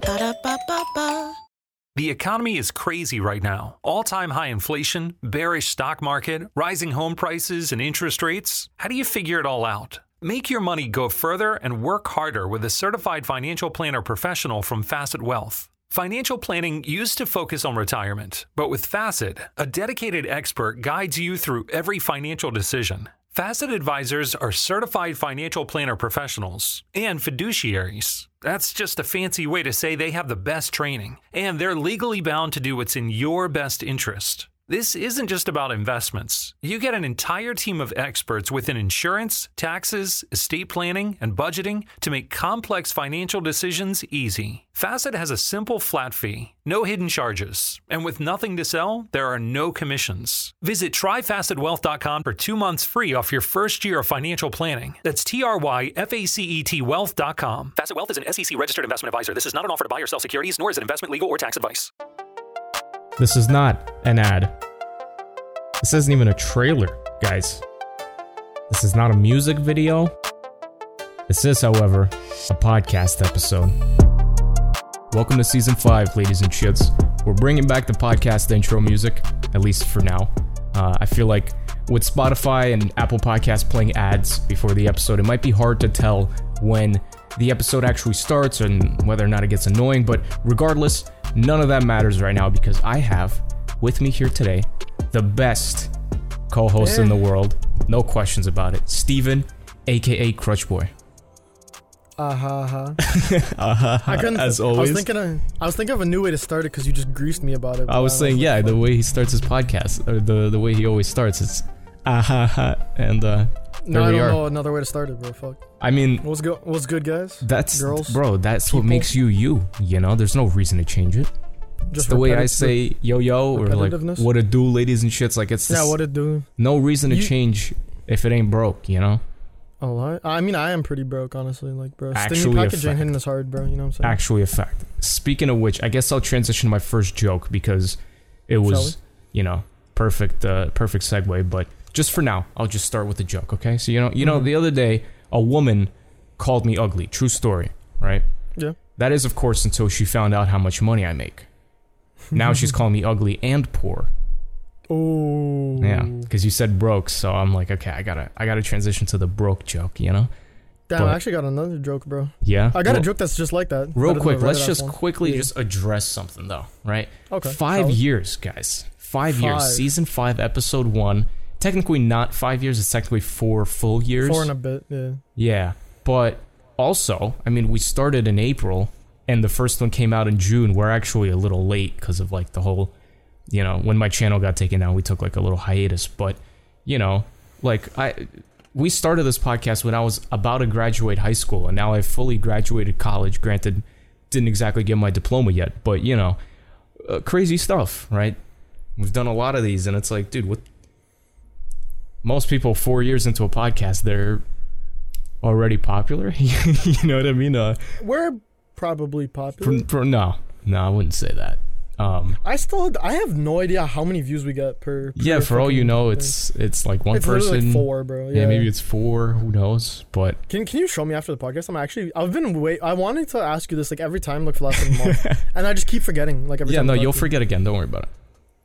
Ba-da-ba-ba-ba. The economy is crazy right now. All time high inflation, bearish stock market, rising home prices, and interest rates. How do you figure it all out? Make your money go further and work harder with a certified financial planner professional from Facet Wealth. Financial planning used to focus on retirement, but with Facet, a dedicated expert guides you through every financial decision. Facet advisors are certified financial planner professionals and fiduciaries. That's just a fancy way to say they have the best training, and they're legally bound to do what's in your best interest. This isn't just about investments. You get an entire team of experts within insurance, taxes, estate planning, and budgeting to make complex financial decisions easy. Facet has a simple flat fee, no hidden charges, and with nothing to sell, there are no commissions. Visit tryfacetwealth.com for two months free off your first year of financial planning. That's T R Y F A C E T wealth.com. Facet Wealth is an SEC registered investment advisor. This is not an offer to buy or sell securities, nor is it investment, legal, or tax advice. This is not an ad. This isn't even a trailer, guys. This is not a music video. This is, however, a podcast episode. Welcome to season five, ladies and shits. We're bringing back the podcast intro music, at least for now. Uh, I feel like with Spotify and Apple Podcasts playing ads before the episode, it might be hard to tell when the episode actually starts and whether or not it gets annoying. But regardless, none of that matters right now because I have with me here today the best co host in the world. No questions about it. Steven, aka Crutch Boy. Uh huh. Uh-huh. Uh-huh, I couldn't. as I always. was thinking. Of, I was thinking of a new way to start it because you just greased me about it. I was saying, yeah, the way he starts his podcast, or the the way he always starts, it's ah ha ha, and uh, there No, I we don't are. know another way to start it, bro. Fuck. I mean, What's good? What's good, guys? that's girls, bro. That's what makes you you. You know, there's no reason to change it. Just the way I repetitive- say yo yo or like repetitiveness? what it do, ladies and shits. Like it's Yeah. this- What it do? no reason to You- change if it ain't broke. You know, A lot. I mean, I am pretty broke, honestly. Like, bro, Actually stingy a package fact. ain't hitting us hard, bro. You know what I'm saying? actually a fact. Speaking of which, I guess I'll transition to my first joke because it was you know perfect uh, perfect segue. But just for now, I'll just start with the joke. Okay, so you know you know Mm-hmm. the other day a woman called me ugly. True story, right? yeah. That is, of course, until she found out how much money I make. Now she's calling me ugly and poor. Oh. Yeah, because you said broke, so I'm like, okay, I gotta, I gotta transition to the broke joke, you know? Damn. but- I actually got another joke, bro. Yeah. I got Well, a joke that's just like that. Real Better than quick, the let's Reddit just one. quickly just address something though, right? Okay, Five solid. years, guys. Five, Five. years. Season five, episode one. Technically not five years. It's technically four full years. Four and a bit. Yeah. Yeah, but also, I mean, we started in April, and the first one came out in June. We're actually a little late because of like the whole, you know, when my channel got taken down, we took like a little hiatus. But you know, like I, we started this podcast when I was about to graduate high school, and now I've fully graduated college. Granted, didn't exactly get my diploma yet, but you know, uh, crazy stuff, right? We've done a lot of these, and it's like, dude, what? Most people four years into a podcast, they're already popular. you know what I mean? Uh, We're probably popular. for, for- no, no, I wouldn't say that. Um, I still. I have no idea how many views we got per. per yeah, for all you fucking know, thing. it's it's like one It's person. literally like four, bro. Yeah, maybe it's four. Who knows? But Can, can you show me after the podcast? I'm actually I've been wait I wanted to ask you this like every time like for the last like, month, and I just keep forgetting like every yeah, time. no, I talk you'll to you. forget again. Don't worry about it.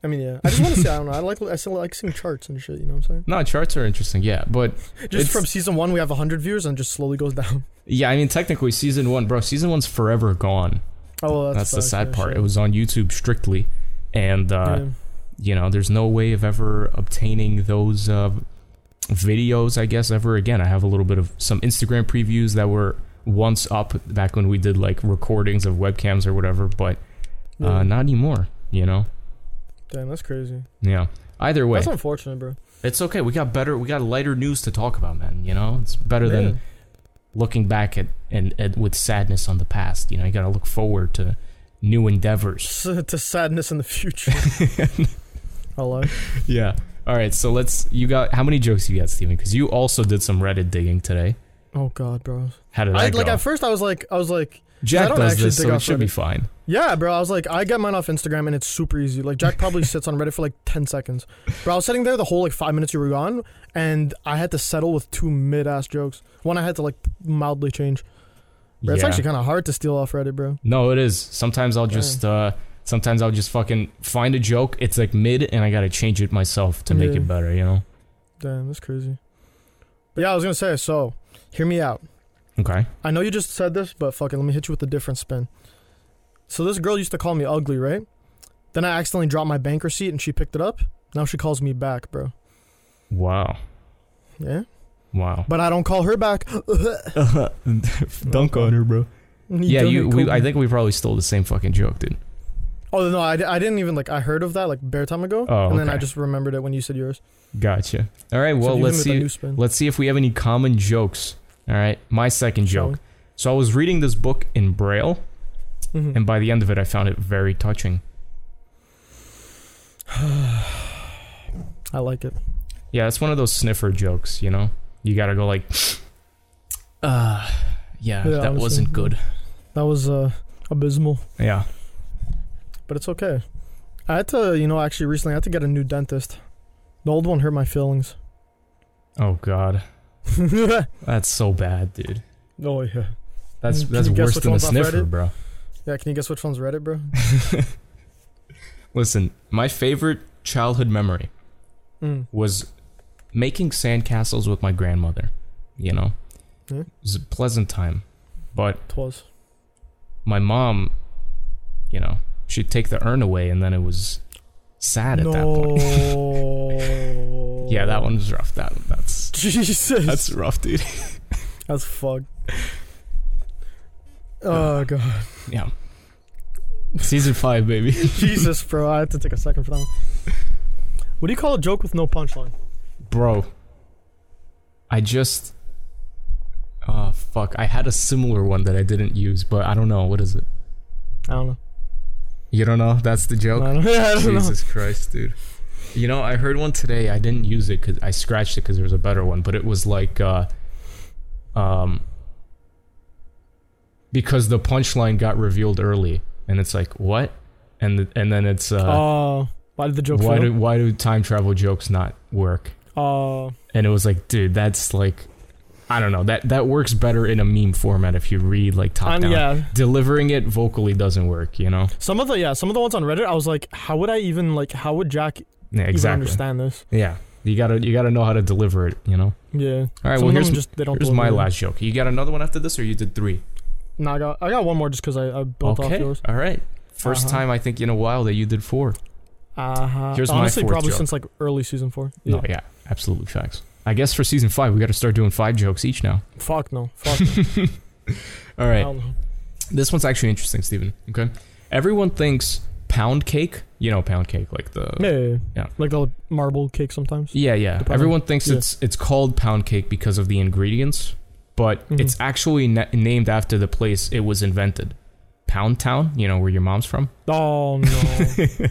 I mean, yeah, I just want to say I don't know. I like I still like seeing charts and shit. You know what I'm No, charts are interesting. Yeah, but saying? Just it's- from season one, we have hundred views and it just slowly goes down. yeah, I mean, technically, season one, bro, season one's forever gone. Oh, well, That's, that's, the facts, sad yeah, part. shit. It was on YouTube strictly, and uh, Yeah. you know, there's no way of ever obtaining those uh, videos, I guess, ever again. I have a little bit of some Instagram previews that were once up back when we did like recordings of webcams or whatever, but uh, Yeah. not anymore, you know? Damn, that's crazy. Yeah. Either way, That's unfortunate, bro. it's okay. We got better, we got lighter news to talk about, man, you know? It's better Yeah. than looking back at and, and with sadness on the past, you know? You got to look forward to new endeavors. S- to sadness in the future. Hello. Yeah. All right. So let's. You got how many jokes you got, Steven? Because you also did some Reddit digging today. Oh God, bro. How did that I go? like at first I was like I was like I Jack don't does actually this, dig so it off should be Reddit. fine. yeah, bro. I was like I got mine off Instagram and it's super easy. Like Jack probably sits on Reddit for like ten seconds. Bro, I was sitting there the whole like five minutes you were gone, and I had to settle with two mid ass jokes. One I had to like mildly change. Bro, It's Yeah. actually kind of hard to steal off Reddit, bro. No, it is. Sometimes I'll just uh sometimes I'll just fucking find a joke. It's like mid and I got to change it myself to make Yeah. it better, you know. Damn, that's crazy. But yeah, I was gonna say so. Hear me out. Okay. I know you just said this, but fucking let me hit you with a different spin. So this girl used to call me ugly, right? Then I accidentally dropped my bank receipt and she picked it up. Now she calls me back, bro. Wow. Yeah? Wow. But I don't call her back. Dunk on her, bro. Yeah, you we I think we probably stole the same fucking joke, dude. Oh, no, I, di- I didn't even, like, I heard of that, like, bare time ago. Oh, and then I okay. just remembered it when you said yours. Gotcha. All right, well, so let's A see new spin. let's see if we have any common jokes. All right. My second Shall joke. So I was reading this book in braille we? Mhm. and by the end of it I found it very touching. I like it. Yeah, it's one of those sniffer jokes, you know? You gotta go like, uh, yeah, Yeah, that honestly. wasn't good. That was uh, abysmal, Yeah. but it's okay. I had to, you know, actually recently, I had to get a new dentist. The old one hurt my feelings. Oh God, oh, that's so bad, dude. yeah. That's Mm, Can that's you guess worse which than a one's off sniffer, Reddit? bro. Yeah, can you guess which one's Reddit, bro? Listen, my favorite childhood memory Mm. was making sandcastles with my grandmother. You know, Yeah. it was a pleasant time, but Twas. my mom, you know, she'd take the urn away, and then it was sad at that point. No. Yeah, that one was rough. That that's Jesus. that's That's, rough, dude. fucked. Oh god. Yeah. Season five, baby. Jesus, bro. I had to take a second for that one. What do you call a joke with no punchline? Bro. I just Oh fuck. I had a similar one that I didn't use, but I don't know. What is it? I don't know. You don't know? That's the joke? I don't, I don't know. Jesus Christ, dude. You know, I heard one today. I didn't use it because I scratched it because there was a better one, but it was like, uh, um, because the punchline got revealed early, and it's like what, and the, and then it's uh, Oh, why did the joke why do fail? why do time travel jokes not work? Oh, and it was like, dude, that's like, I don't know, that that works better in a meme format if you read like top I'm- down. yeah. Delivering it vocally doesn't work, you know? Some of the yeah, some of the ones on Reddit, I was like, how would I even like? How would Jack Yeah, even exactly. understand this? Yeah, you gotta you gotta know how to deliver it, you know? Yeah. All right, Some well of them here's just they don't. here's my deliver. last joke. You got another one after this, or you did three? Nah, I got I got one more just because I, I built off okay, yours. all right. 1st Uh-huh. time I think in a while that you did four. Uh-huh. Here's my Honestly, fourth probably joke. since like early season four. No, yeah, absolutely facts. I guess for season five we got to start doing five jokes each now. Fuck no. Fuck. no. All I right, don't know. This one's actually interesting, Steven. Okay. Everyone thinks pound cake. You know pound cake, like the Yeah, yeah, yeah. Yeah. Like the marble cake sometimes. Yeah, yeah. Depending- Everyone thinks yeah. it's it's called pound cake because of the ingredients, but Mhm. it's actually na- named after the place it was invented. Pound Town, you know where your mom's from? Oh no.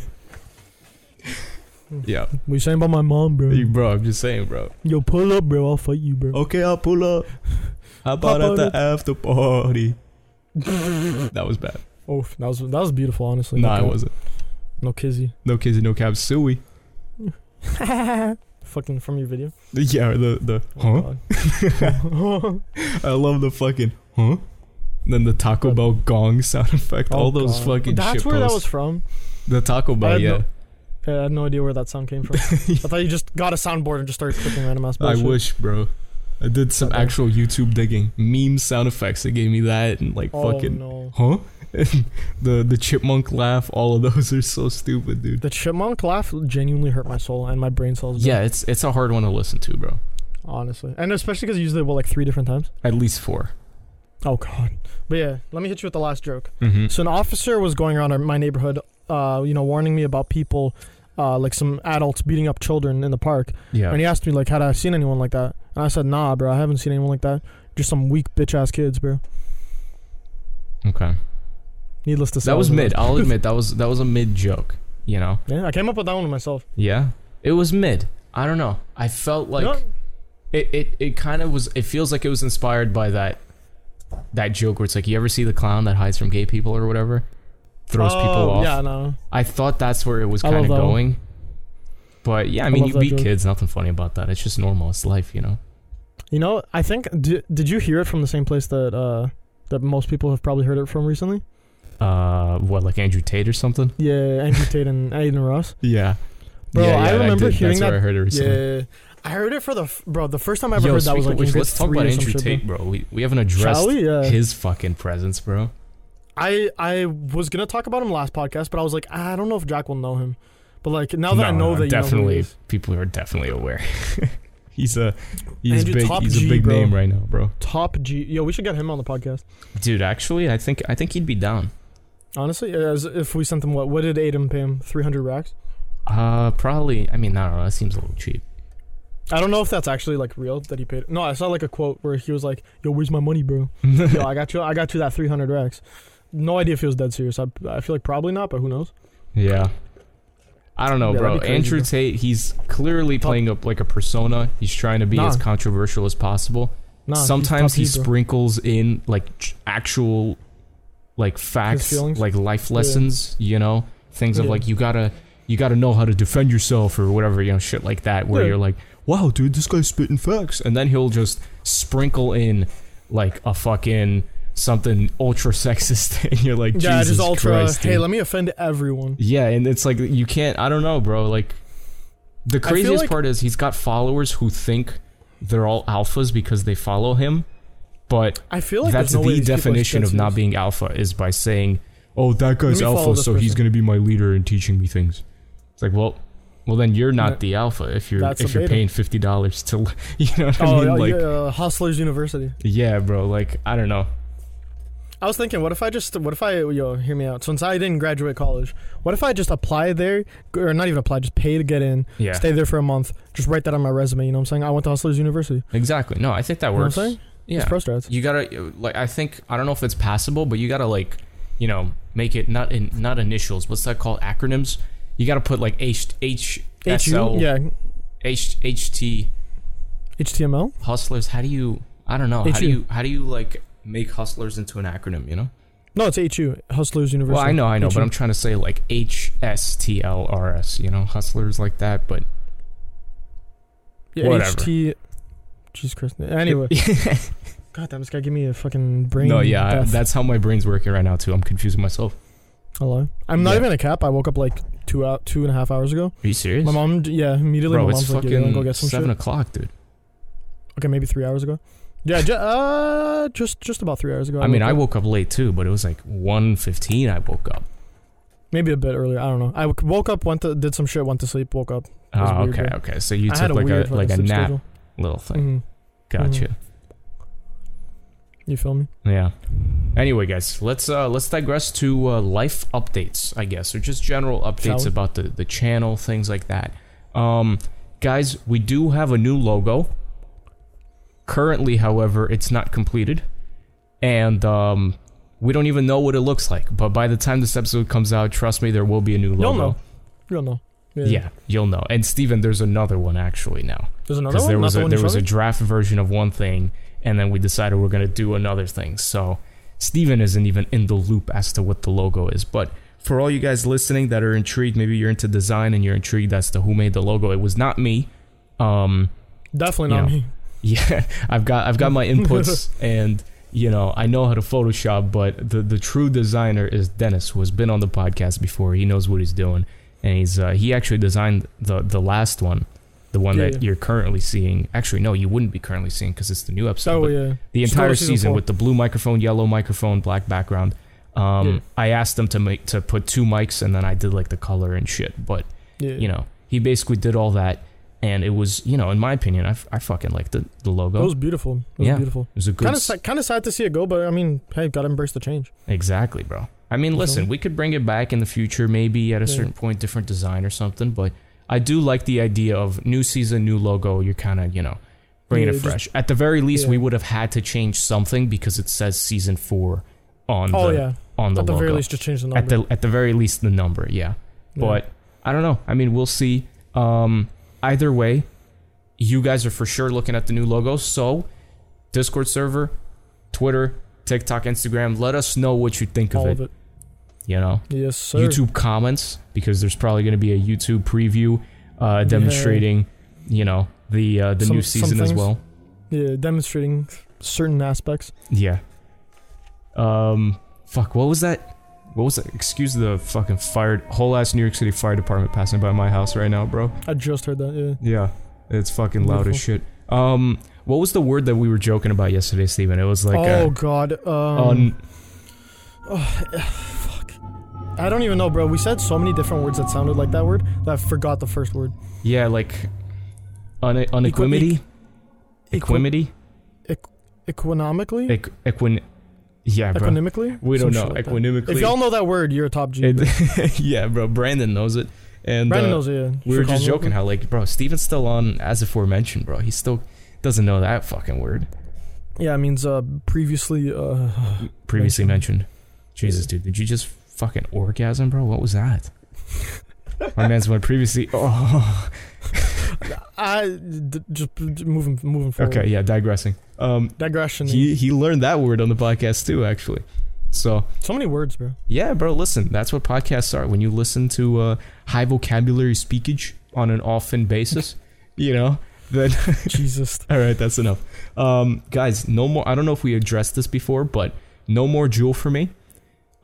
Yeah. what you saying about my mom, bro? bro, I'm just saying, bro. Yo, pull up, bro. I'll fight you, bro. Okay, I'll pull up. How about at the after party? that was bad. Oh, that was that was beautiful, honestly. nah, no, it wasn't. No kizzy. No kids and no cabs, suey. Fucking from your video. Yeah, the the huh? Oh, God. I love the fucking huh. Then the Taco Bell gong sound effect, all Oh, those God. fucking That's shit where that was posts. from. The Taco I Bell, had yeah. no- Yeah, I had no idea where that sound came from. I thought you just got a soundboard and just started clicking random ass I bullshit. wish, bro. I did some Okay. actual YouTube digging, meme sound effects. They gave me that and like Oh fucking no. huh. And the the chipmunk laugh. All of those are so stupid, dude. The chipmunk laugh genuinely hurt my soul and my brain cells. bro. Yeah, it's it's a hard one to listen to, bro. honestly, and especially because you used it what like three different times. At least four. Oh god. But yeah, let me hit you with the last joke. Mm-hmm. So an officer was going around our- my neighborhood, uh, you know, warning me about people, uh, like some adults beating up children in the park. Yeah. And he asked me like, had I seen anyone like that? And I said, Nah, bro, I haven't seen anyone like that. Just some weak bitch ass kids, bro. okay. Needless to say, That was wasn't mid. I'll admit that was that was a mid joke. You know? Yeah, I came up with that one myself. Yeah. It was mid. I don't know. I felt like No. it, it, it kind of was it feels like it was inspired by that that joke where it's like you ever see the clown that hides from gay people or whatever? Throws people Oh, off. Yeah, no. I thought that's where it was I kind of love that one. going. But yeah, I mean, love you that beat joke. kids. Nothing funny about that. It's just normal. It's life, you know. You know, I think did, did you hear it from the same place that uh that most people have probably heard it from recently? Uh, what like Andrew Tate or something? Yeah, Andrew Tate and Aiden Ross. Yeah, Bro, yeah, I yeah, remember did. hearing that's that. Where I heard it recently. Yeah, I heard it for the f- bro. The first time I ever Yo, heard that speaking was of like in which, grade let's talk three about or some Andrew shit, Tate, bro. We, we haven't addressed we? Yeah. his fucking presence, bro. I I was gonna talk about him last podcast, but I was like, "Ah, I don't know if Jack will know him. But like now that I No, know no, that definitely you know who he is. people are definitely aware. he's a he's Andrew, big top he's G, a big bro. name right now, bro. top G. Yo, we should get him on the podcast. Dude, actually, I think I think he'd be down. Honestly, as if we sent him what what did Aiden pay him? Three hundred racks. Uh, probably. I mean, I don't know. That seems a little cheap. I don't know if that's actually like real that he paid. No, I saw like a quote where he was like, "Yo, where's my money, bro? Yo, I got you. I got you that three hundred racks." No idea if he was dead serious. I, I feel like probably not, but who knows? Yeah. I don't know, Yeah, bro. that'd be crazy, Andrew bro. Tate, he's clearly playing up like a persona. He's trying to be Nah. as controversial as possible. Nah, he's Sometimes top he G, bro. sprinkles in like ch- actual like facts, feelings? like life lessons, you know, things of Yeah. like you got to you got to know how to defend yourself or whatever, you know, shit like that where Yeah. you're like, "Wow, dude, this guy's spitting facts." And then he'll just sprinkle in like a fucking something ultra sexist thing. You're like, Yeah, Jesus just ultra. Christ, hey, dude." let me offend everyone. Yeah, and it's like you can't. I don't know, bro. Like the feel craziest like- part is he's got followers who think they're all alphas because they follow him, but I feel like that's there's no way the these people are definition of dead not serious. being alpha is by saying, "Oh, that guy's Let me follow alpha, this so he's person." gonna be my leader and teaching me things." It's like, well, well, then you're not No. the alpha if you're That's a if you're beta. paying fifty dollars to, you know what I Oh, mean? yeah, like, yeah, uh, Hustlers University. yeah, bro. Like, I don't know. I was thinking, what if I just, what if I, yo, hear me out. Since I didn't graduate college, what if I just apply there, or not even apply, just pay to get in, Yeah. stay there for a month, just write that on my resume. You know what I'm saying? I went to Hustlers University. Exactly. No, I think that You know works. what I'm saying? Yeah. It's pro strats. you gotta like i think i don't know if it's passable but you gotta like you know make it not in not initials what's that called acronyms you gotta put like h h H U, SL, yeah. h h t HTML. hustlers how do you i don't know how do HU. you how do you like make hustlers into an acronym you know No, it's HU, Hustlers University. well i know i know but HU. i'm trying to say like h s t l r s you know hustlers like that but yeah, whatever. HT. Jesus Christ. Anyway, God damn, this guy gave me a fucking brain. no yeah I- death. that's how my brain's working right now too i'm confusing myself Hello. I'm not Yeah. even a cap. I woke up like two out, two and a half hours ago. are you serious My mom, yeah, immediately. bro my it's mom's like, yeah, you wanna fucking go get some seven shit. o'clock dude Okay, maybe three hours ago. Yeah, ju- uh, just just about three hours ago. I mean, I up. woke up late too, but it was like 1.15 I woke up. maybe a bit earlier. I don't know. I w- woke up, went to did some shit, went to sleep, woke up. It was Oh, weird, okay, bro. okay. So you I took like a fucking like a sleep nap schedule. little thing. Mhm. Gotcha. You feel me? Yeah. Anyway, guys, let's uh let's digress to uh, life updates, I guess, or just general Shall updates we? about the the channel, things like that. Um, guys, we do have a new logo. Currently, however, it's not completed, and um, we don't even know what it looks like. But by the time this episode comes out, trust me, there will be a new logo. You'll know. You'll know. Yeah. Yeah, you'll know. And Steven, there's another one actually now. There's another Because one. there was Not the a, one there was a you showed draft version of one thing, and then we decided we're gonna do another thing. So Steven isn't even in the loop as to what the logo is. But for all you guys listening that are intrigued, maybe you're into design and you're intrigued as to who made the logo. It was not me. Um, me? Definitely not you know. me. yeah, I've got I've got my inputs and you know, I know how to Photoshop, but the the true designer is Dennis, who has been on the podcast before. He knows what he's doing, and he's uh, he actually designed the the last one, the one Yeah, that yeah. you're currently seeing. Actually, no, you wouldn't be currently seeing because it's the new episode. Oh but yeah. the Just go to entire season season four. with the blue microphone, yellow microphone, black background. Um, Yeah. I asked them to make to put two mics, and then I did like the color and shit, but Yeah. you know he basically did all that and it was you know in my opinion i, f- I fucking liked the, the logo It was beautiful. It was Oh. Yeah. beautiful. It was a good Kind s- of kind of sad to see it go, but I mean, hey, gotta embrace the change. exactly bro i mean You feel listen me? we could bring it back in the future maybe at a Yeah. certain point different design or something but i do like the idea of new season new logo you're kind of you know bringing Yeah, it just- fresh at the very least yeah. we would have had to change something because it says season four on Oh the yeah. on the At the very logo. least, just change the number. at the at the very least the number yeah but i don't know i mean we'll see um either way you guys are for sure looking at the new logo so discord server twitter tiktok instagram let us know what you think all of, of it, it. you know Yes, sir. youtube comments because there's probably going to be a youtube preview uh demonstrating you know the uh, the Some- new some season as things. well Yeah, demonstrating certain aspects. Yeah. Um. Fuck. What was that? What was that? Excuse the fucking fired whole ass New York City Fire Department passing by my house right now, bro. I just heard that. Yeah. Yeah. It's fucking loud as shit. Um. What was the word that we were joking about yesterday, Steven? It was like oh uh, God. Um, un- I don't even know, bro. We said so many different words that sounded like that word that I forgot the first word. yeah, like un- unequimity, equimity, Economically. Equ- equin. Yeah, bro. Equanimically? We don't Some know. shit like that. Equanimically. If y'all know that word, you're a top G. bro. It- yeah, bro. Brandon knows it, and Brandon uh, knows it. Yeah. We were Should call just him up. joking how like, bro, Steven's still on as aforementioned, bro. He still doesn't know that fucking word Yeah, it means uh, previously. Uh, previously mentioned. Jesus, dude, did you just fucking orgasm, bro? What was that? My man's went previously. Oh, I d- just p- d- moving moving forward. okay, yeah, digressing. Um, Digression. he he learned that word on the podcast too, actually. So so many words, bro. yeah, bro, listen, that's what podcasts are. When you listen to uh, high vocabulary speakage on an often basis, you know, then Jesus. All right, that's enough. Um, guys, no more. I don't know if we addressed this before, but no more jewel for me.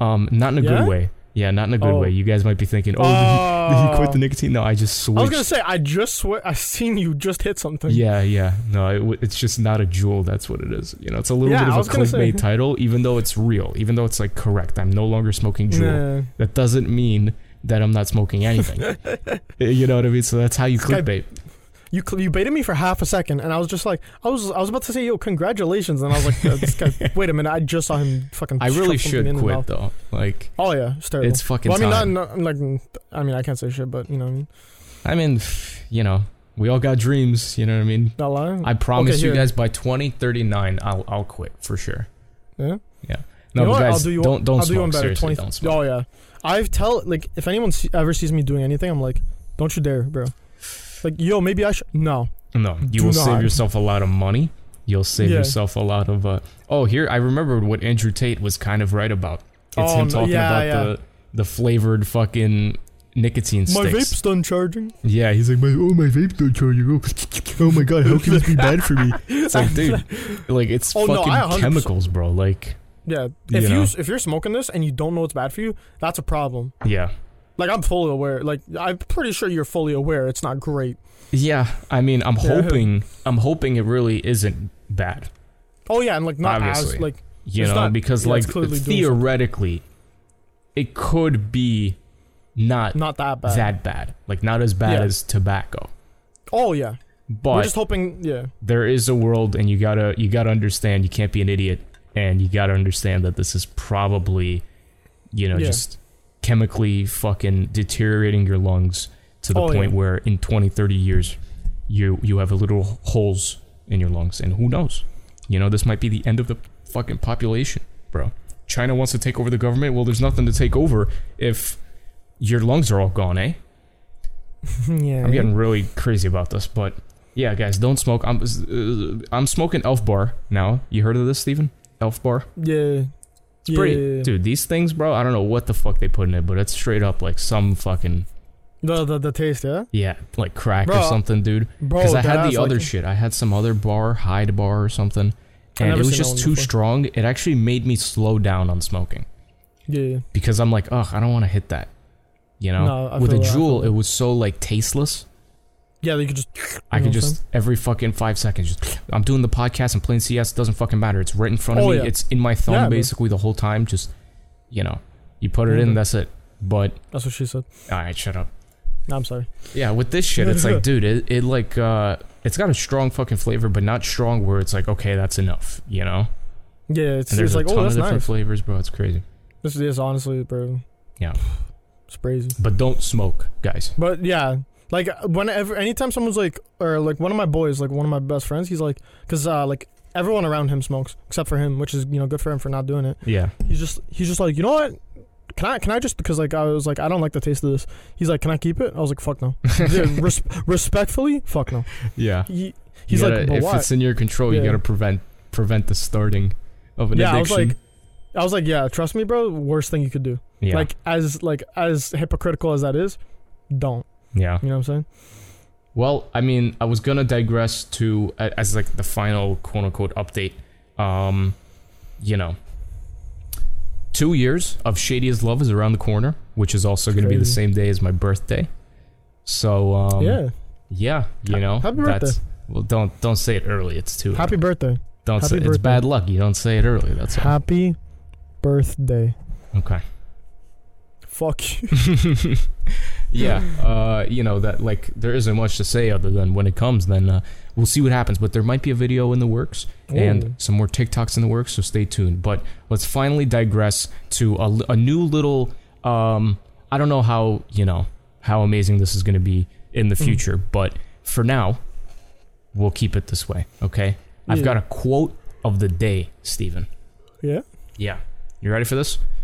Um, not in a Yeah? good way. Yeah, not in a good Oh. way. You guys might be thinking, oh, did, he, did he quit the nicotine? No, I just switched. I was gonna say I just swear I seen you just hit something. yeah, yeah. No, it, w- it's just not a jewel. That's what it is. You know, it's a little Yeah, I bit of was a gonna say. clickbait title, even though it's real, even though it's like correct. I'm no longer smoking jewel. Yeah. That doesn't mean that I'm not smoking anything. you know what I mean? So that's how you guy- clickbait. You cl- you baited me for half a second, and I was just like, I was I was about to say, yo, congratulations, and I was like, uh, this guy, wait a minute, I just saw him fucking. I really shove something should in his quit mouth. though. Like. Oh yeah, it's terrible. It's fucking Well, I mean, time. not, not like I mean, I can't say shit, but you know, what I mean, I mean, you know, we all got dreams. You know what I mean? not lying. I promise Okay, you here. guys by 2039, I'll I'll quit for sure. yeah. Yeah. No, you know but what? guys, I'll do you don't don't I'll smoke. do you one better. Seriously, 20 don't smoke. Oh yeah, I've tell like if anyone se- ever sees me doing anything, I'm like, don't you dare, bro. Like yo, maybe I should. No, No, you do will not. save yourself a lot of money. You'll save Yeah. yourself a lot of. Uh, oh, here I remembered what Andrew Tate was kind of right about. It's Oh, him no- talking yeah, about yeah. the the flavored fucking nicotine my sticks. vape's done charging. Yeah, he's like, my, oh my vape don't charge. Oh, oh my god, how can this be bad for me? It's like, dude, like it's Oh, no, I fucking 100% chemicals, bro. Like, Yeah, You if you, know. s if you're smoking this and you don't know it's bad for you, that's a problem. yeah. Like I'm fully aware. Like I'm pretty sure you're fully aware. It's not great. Yeah, I mean, I'm Yeah. hoping, I'm hoping it really isn't bad. Oh yeah, and like not Obviously. as like You It's know, not- because yeah, like it's clearly doing theoretically, it could be not, not that bad. that bad, like not as bad Yeah. as tobacco. oh yeah, we're But just hoping. Yeah, there is a world, and you gotta, you gotta understand. You can't be an idiot, and you gotta understand that this is probably, you know, Yeah. just chemically fucking deteriorating your lungs to the Oh, point yeah. where in 20, 30 years, you you have little holes in your lungs, and who knows? You know, this might be the end of the fucking population, bro. China wants to take over the government. Well, there's nothing to take over if your lungs are all gone, eh? yeah. I'm getting really crazy about this, but yeah, guys, don't smoke. I'm uh, I'm smoking Elf Bar now. You heard of this, Steven? Elf Bar. yeah. It's pretty, Yeah. dude. These things, bro. I don't know what the fuck they put in it, but it's straight up like some fucking The, the the taste, yeah, yeah, like crack or Bro, something, dude. bro. Because I had that's the like- other shit. I had some other bar, Hyde Bar or something, I and it never was seen that just one too before. strong. It actually made me slow down on smoking Yeah, because I'm like, ugh, I don't want to hit that. You know, No, I with a feel that, I jewel, it was so like tasteless. yeah. You could just. I You know could what I'm just every fucking five seconds. Just I'm doing the podcast and playing CS. Doesn't fucking matter. It's right in front of Oh, me. yeah. It's in my thumb Yeah, bro. basically the whole time. Just you know, you put it in. Mhm. That's it. But That's what she said. all right, shut up. No, I'm sorry. Yeah, with this shit, it's like, dude, it, it like uh, it's got a strong fucking flavor, but not strong where it's like, okay, that's enough. You know, Yeah, it's, and there's it's a like ton oh of that's different nice. flavors, bro. It's crazy. This is honestly, bro. Yeah. It's crazy. But don't smoke, guys. But yeah, like whenever, anytime someone's like, or like one of my boys, like one of my best friends, he's like, cause uh, like Everyone around him smokes except for him, which is you know good for him for not doing it. Yeah. He's just he's just like you know what. Can I, can I just because like I was like I don't like the taste of this. He's like, can I keep it? I was like, fuck no. Yeah, res- respectfully, fuck no. Yeah. He, he's You gotta- like, but if why? it's in your control, you Yeah. gotta prevent prevent the starting of an yeah, addiction. I was like, I was like, yeah, trust me, bro. Worst thing you could do. yeah. Like as like as hypocritical as that is, don't. yeah. You know what I'm saying? Well, I mean, I was gonna digress to a- as like the final quote unquote update. Um, you know, two years of Shadiest Love is around the corner, which is also gonna be the Crazy. same day as my birthday. So um, yeah. yeah, you know, Happy that's well, don't don't say it early. It's too Happy birthday. don't happy say it's birthday. bad luck. You don't say it early. That's all. Happy birthday. okay. Fuck you. yeah, Mm. uh, you know that like there isn't much to say other than when it comes, then uh, we'll see what happens. But there might be a video in the works Ooh. and some more TikToks in the works, so stay tuned. But let's finally digress to a, l- a new little. Um, I don't know how you know how amazing this is going to be in Mm. the future, but for now, we'll keep it this way. Okay, I've Yeah. got a quote of the day, Stephen. Yeah. Yeah, you ready for this?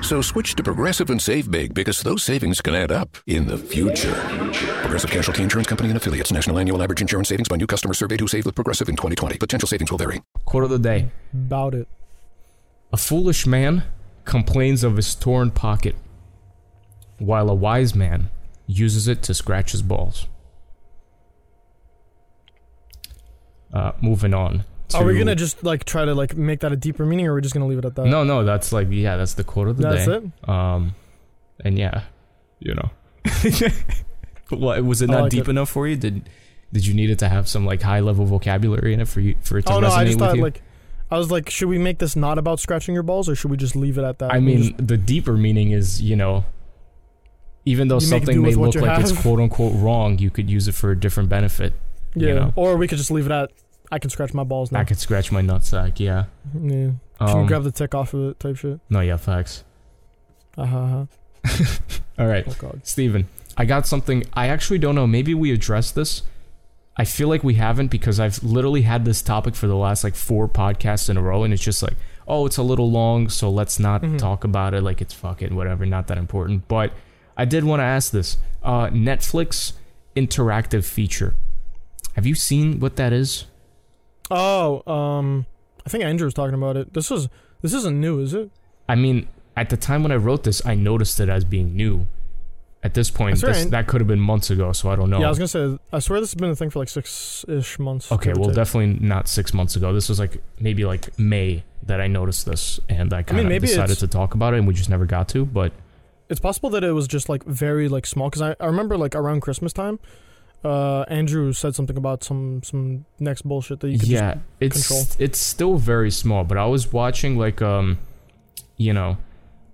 So switch to Progressive and save big because those savings can add up in the future. Progressive Casualty Insurance Company and affiliates. National annual average insurance savings by new customer surveyed who saved with Progressive in 2020. Potential savings will vary. Quote of the day. About it. A foolish man complains of his torn pocket, while a wise man uses it to scratch his balls. Uh, moving on. Are we to- gonna just like try to like make that a deeper meaning, or are we just gonna leave it at that? No, no, that's like yeah, that's the quote of the That's day. it? Um, and yeah, you know. what was it I not like deep it. enough for you? Did did you need it to have some like high level vocabulary in it for you for it to Oh resonate no, I just with thought you? like, I was like, should we make this not about scratching your balls, or should we just leave it at that? I We mean, Uh, just- the deeper meaning is, you know, even though You make something do may with what look you like it's have. quote unquote wrong, you could use it for a different benefit. yeah. You know, Or we could just leave it at, I can scratch my balls now. I could scratch my nutsack. Yeah. yeah. Should we Um, grab the tick off of it, type shit. no, yeah, facts. Uh huh. Uh-huh. All right, Oh god. Steven, I got something. I actually don't know. Maybe we addressed this. I feel like we haven't because I've literally had this topic for the last like four podcasts in a row, and it's just like, oh, it's a little long, so let's not Mm-hmm. talk about it. Like it's fucking whatever, not that important. But I did want to ask this uh, Netflix interactive feature. Have you seen what that is? Oh, um, I think Andrew was talking about it. This is this isn't new, is it? I mean, at the time when I wrote this, I noticed it as being new. At this point, That's this, right. that could have been months ago, so I don't know. Yeah, I was gonna say. I swear this has been a thing for like six ish months. Okay, give or well, take. definitely not six months ago. This was like maybe like May that I noticed this, and I kind of maybe decided it's- to talk about it, and we just never got to. But it's possible that it was just like very like small because I, I remember like around Christmas time, uh, Andrew said something about some some next bullshit that you could yeah, it's control. it's still very small. But I was watching like um, you know,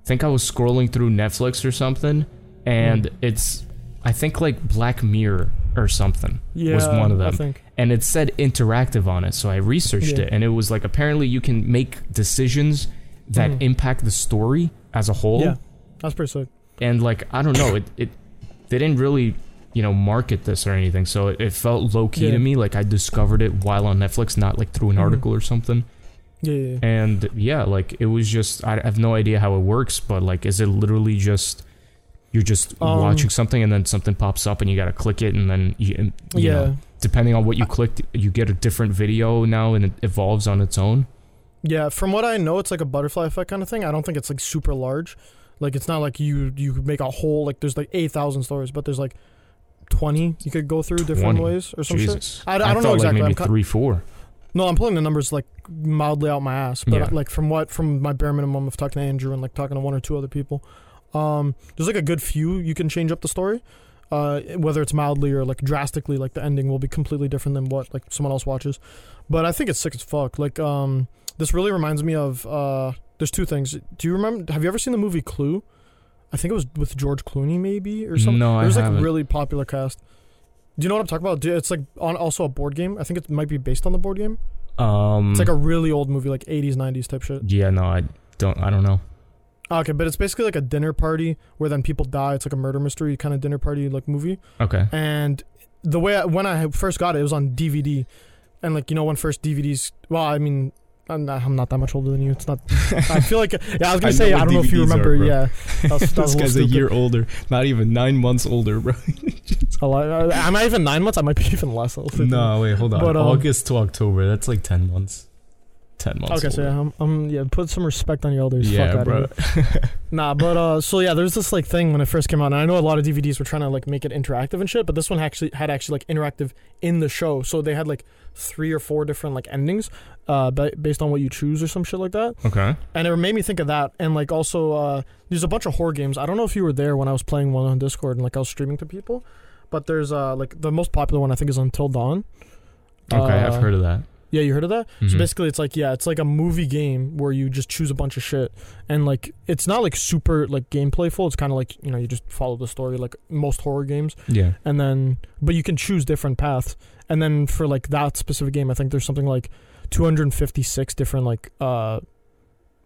I think I was scrolling through Netflix or something, and Hmm. it's I think like Black Mirror or something Yeah, was one of them. I think. and it said interactive on it. So I researched Yeah. it, and it was like apparently you can make decisions that impact the story as a whole. Hmm. Yeah, that's pretty sick. and like I don't know, it, it they didn't really you know market this or anything, so it, it felt low key to Yeah. Mm-hmm. me. Like I discovered it while on Netflix, not like through an article or something. Yeah, yeah, yeah. And yeah, like it was just I I have no idea how it works, but like is it literally just you're just Um, watching something and then something pops up and you gotta click it and then you, you yeah. know, depending on what you clicked you get a different video now and it evolves on its own Yeah, From what I know, it's like a butterfly effect kind of thing. I don't think it's like super large. Like it's not like you you could make a whole like there's like eight thousand stories, but there's like twenty you could go through different 20. ways or some shit. jesus I d- I don't know thought, exactly, like I'm maybe cut- three four No, I'm pulling the numbers like mildly out my ass, but Yeah. like from what from my bare minimum of talking to Andrew and like talking to one or two other people, um, there's like a good few you can change up the story, uh, whether it's mildly or like drastically. Like the ending will be completely different than what like someone else watches, but I think it's sick as fuck. Like um, this really reminds me of uh, there's two things. Do you remember? Have you ever seen the movie Clue? I think it was with George Clooney maybe or something. No, I it was like haven't. really popular cast. Do you know what I'm talking about? Dude, It's like on also a board game. I think it might be based on the board game. Um, It's like a really old movie, like 80s, 90s type shit. yeah, no, I don't. I don't know. Okay, but it's basically like a dinner party where then people die. It's like a murder mystery kind of dinner party like movie. Okay. And the way I, when I had first got it, it was on DVD, and like you know when first DVDs. Well, I mean, I'm not, I'm not that much older than you. It's not. I feel like yeah. I was I know gonna say what I don't know if you DVDs are, remember. bro. yeah, that was, that this was a little guy's a stupid. year older, not even nine months older, bro. A lot- uh, Am I even nine months? I might be even less. I'll think. no, wait, hold on. But, um, August to October, that's like ten months. Ten months. Okay, so older. yeah, I'm, I'm yeah. Put some respect on your elders. yeah, Fuck outta bro. here. Nah, but uh, so yeah, there's this like thing when it first came out, and I know a lot of DVDs were trying to like make it interactive and shit, but this one actually had actually like interactive in the show, so they had like three or four different like endings, uh, ba- based on what you choose or some shit like that, okay. and it made me think of that, and like also uh, there's a bunch of horror games. I don't know if you were there when I was playing one on Discord and like I was streaming to people, but there's uh like the most popular one I think is Until Dawn. Okay, I've Uh, heard of that. yeah, you heard of that? So Mhm. basically, it's like yeah, it's like a movie game where you just choose a bunch of shit, and like it's not like super like gameplayful. It's kind of like you know you just follow the story like most horror games, Yeah. and then but you can choose different paths. And then for like that specific game, I think there's something like 256 different like uh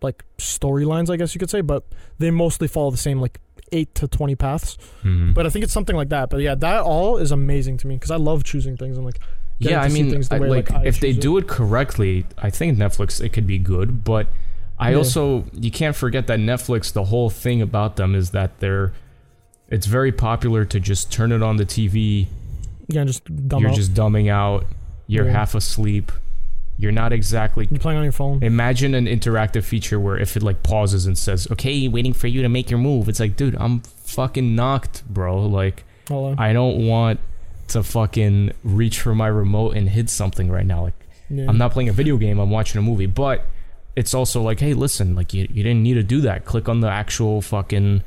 like storylines, I guess you could say, but they mostly follow the same like eight to 20 paths. Mhm. But I think it's something like that. But yeah, that all is amazing to me because I love choosing things and like getting yeah, to I see mean, things the I- way, like, I if they choose it. do it correctly, I think Netflix it could be good. But I Yeah. also you can't forget that Netflix the whole thing about them is that they're it's very popular to just turn it on the TV. yeah, just dumb you're out. just dumbing out. You're Yeah. half asleep. You're not exactly. You're playing on your phone. Imagine an interactive feature where if it like pauses and says, "Okay, waiting for you to make your move," it's like, dude, I'm fucking knocked, bro. Like, Hello. I don't want to fucking reach for my remote and hit something right now. Like, Yeah. I'm not playing a video game, I'm watching a movie. But it's also like, hey, listen, like you, you didn't need to do that. Click on the actual fucking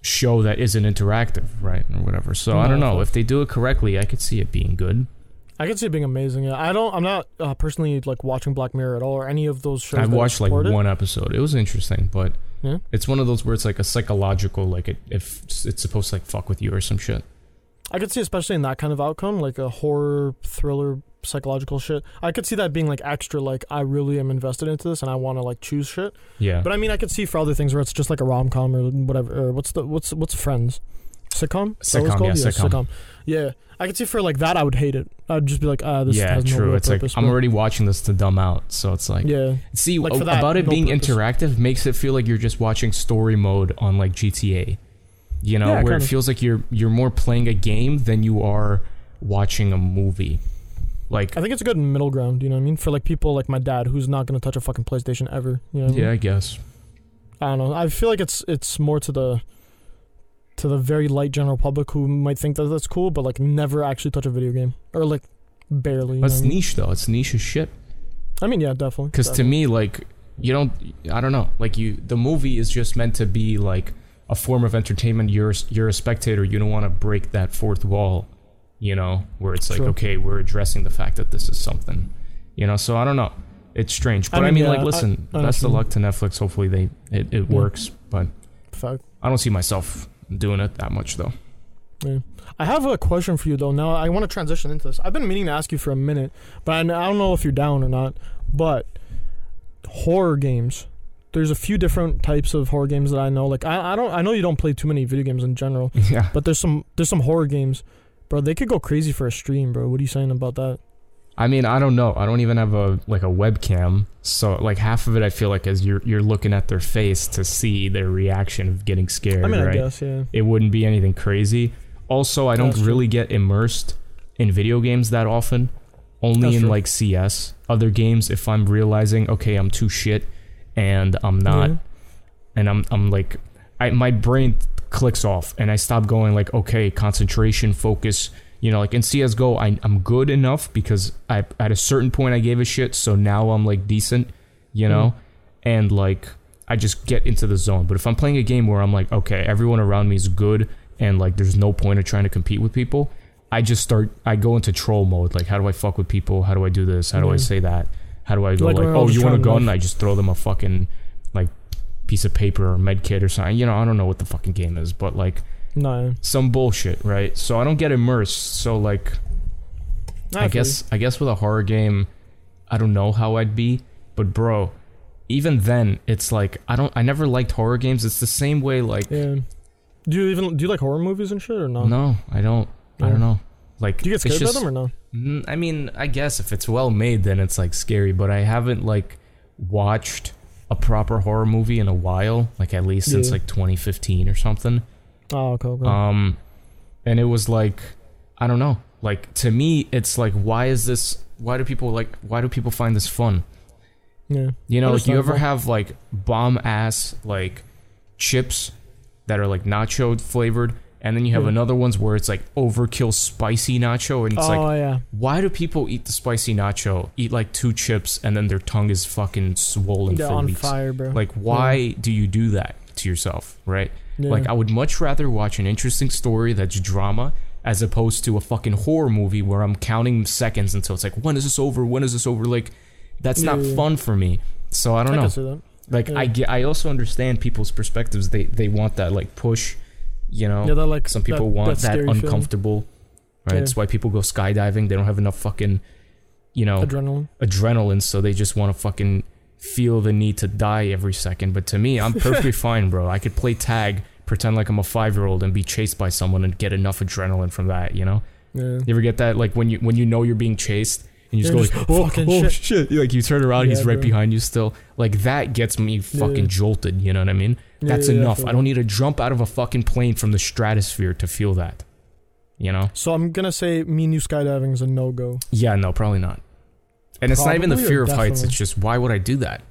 show that isn't interactive, right? Or whatever. So I don't No, know. fuck. If they do it correctly, I could see it being good. I could see it being amazing. Yeah, I don't. I'm not uh, personally like watching Black Mirror at all or any of those shows. I've that watched like support it. one episode. It was interesting, but Yeah? it's one of those where it's like a psychological, like it, if it's supposed to like fuck with you or some shit. I could see, especially in that kind of outcome, like a horror thriller psychological shit. I could see that being like extra. Like I really am invested into this and I want to like choose shit. Yeah. But I mean, I could see for other things where it's just like a rom com or whatever. Or what's the what's what's Friends sitcom? Is that what it's Sitcom, called? yeah, sitcom. Yeah, I could see for like that. I would hate it. I'd just be like, ah, this yeah, has no true. real it's like purpose, I'm but- already watching this to dumb out, so it's like Yeah, See, Like, a- for that, about it no being purpose. interactive makes it feel like you're just watching story mode on like GTA. You know, Yeah, where it kinda. feels like you're you're more playing a game than you are watching a movie. Like I think it's a good middle ground. You know what I mean? For like people like my dad, who's not gonna touch a fucking PlayStation ever. You know? What I mean? yeah, I guess. I don't know. I feel like it's it's more to the to the very light general public who might think that that's cool, but like never actually touch a video game or like barely. you But it's know what I mean? niche though. It's niche as shit. I mean, yeah, definitely. Cuz to definitely. me like you don't I don't know. Like you the movie is just meant to be like a form of entertainment. You're you're a spectator. You don't want to break that fourth wall, you know, where it's like True. okay, we're addressing the fact that this is something. You know, so I don't know. It's strange, but I mean, mean, yeah, like, I- listen, I best of understand. luck to Netflix. Hopefully, they it, it works, but Fuck. I don't see myself doing it that much though. Yeah. I have a question for you though. Now I want to transition into this. I've been meaning to ask you for a minute, but I, I don't know if you're down or not. But horror games. There's a few different types of horror games that I know. Like I, I don't I know you don't play too many video games in general, Yeah, but there's some there's some horror games, bro. They could go crazy for a stream, bro. What are you saying about that? I mean, I don't know. I don't even have a like a webcam, so like half of it, I feel like is you're you're looking at their face to see their reaction of getting scared. I mean, right? I guess yeah. it wouldn't be anything crazy. Also, I don't That's true. really get immersed in video games that often. Only That's in true. like CS. Other games, if I'm realizing, okay, I'm too shit, and I'm not, Yeah. and I'm I'm like, I my brain clicks off, and I stop going like, okay, concentration, focus. You know, like in CS:GO, I I'm good enough because I at a certain point I gave a shit, so now I'm like decent. You know, Mm. and like I just get into the zone. But if I'm playing a game where I'm like, okay, everyone around me is good and like there's no point of trying to compete with people, I just start I go into troll mode. Like how do I fuck with people? How do I do this? How do I Mhm. say that? How do I go Like like, when I oh was you want a trying to- gun? I just throw them a fucking like piece of paper or med kit or something. You know, I don't know what the fucking game is, but like No. some bullshit, right? So I don't get immersed. So like, I, feel guess I guess with a horror game, I don't know how I'd be, but bro, even then, it's like I don't. I never liked horror games. It's the same way. Like, you. Yeah. Do you even do you like horror movies and shit or no? no, I don't. I Yeah. don't know. Like, Do you get it's scared by just- them or no? Mm, I mean, I guess if it's well made, then it's like scary. But I haven't like watched a proper horror movie in a while. Like at least since Yeah. like 2015 or something. Oh, okay, okay. Um, and it was like, I don't know. Like to me, it's like, why is this? Why do people like? Why do people find this fun? yeah. You know, like you ever Understandable. have like bomb ass like chips that are like nacho flavored, and then you have Yeah. another ones where it's like overkill spicy nacho, and it's oh like, yeah. why do people eat the spicy nacho? Eat like two chips, and then their tongue is fucking swollen Yeah, for on weeks. fire, bro. Like, why do you do that to yourself, right? Yeah. Like, I would much rather watch an interesting story that's drama as opposed to a fucking horror movie where I'm counting seconds until it's like, when is this over? When is this over? Like, that's not Yeah. fun for me. So I I don't can see know. that. Like, I get, I also understand people's perspectives. They they want that like push, you know. Yeah, that like Some people that, want that, scary feeling. uncomfortable. Right, Yeah. it's why people go skydiving. They don't have enough fucking, you know, adrenaline. adrenaline, so they just want to fucking feel the need to die every second. But to me, I'm perfectly fine, bro. I could play tag, pretend like I'm a five year old, and be chased by someone and get enough adrenaline from that. You know? Yeah. You ever get that? Like when you when you know you're being chased. And you just You're go like, just oh, fucking oh shit. shit." You, Like you turn around, he's Yeah, right bro. behind you still. Like that gets me fucking Yeah. jolted. You know what I mean? Yeah, That's yeah, yeah, I enough. feel I don't need to jump out of a fucking plane from the stratosphere to feel that. You know? So I'm gonna say me and you skydiving is a no go. Yeah, no, probably not. And it's not even the Probably or fear of heights. definitely? It's just why would I do that?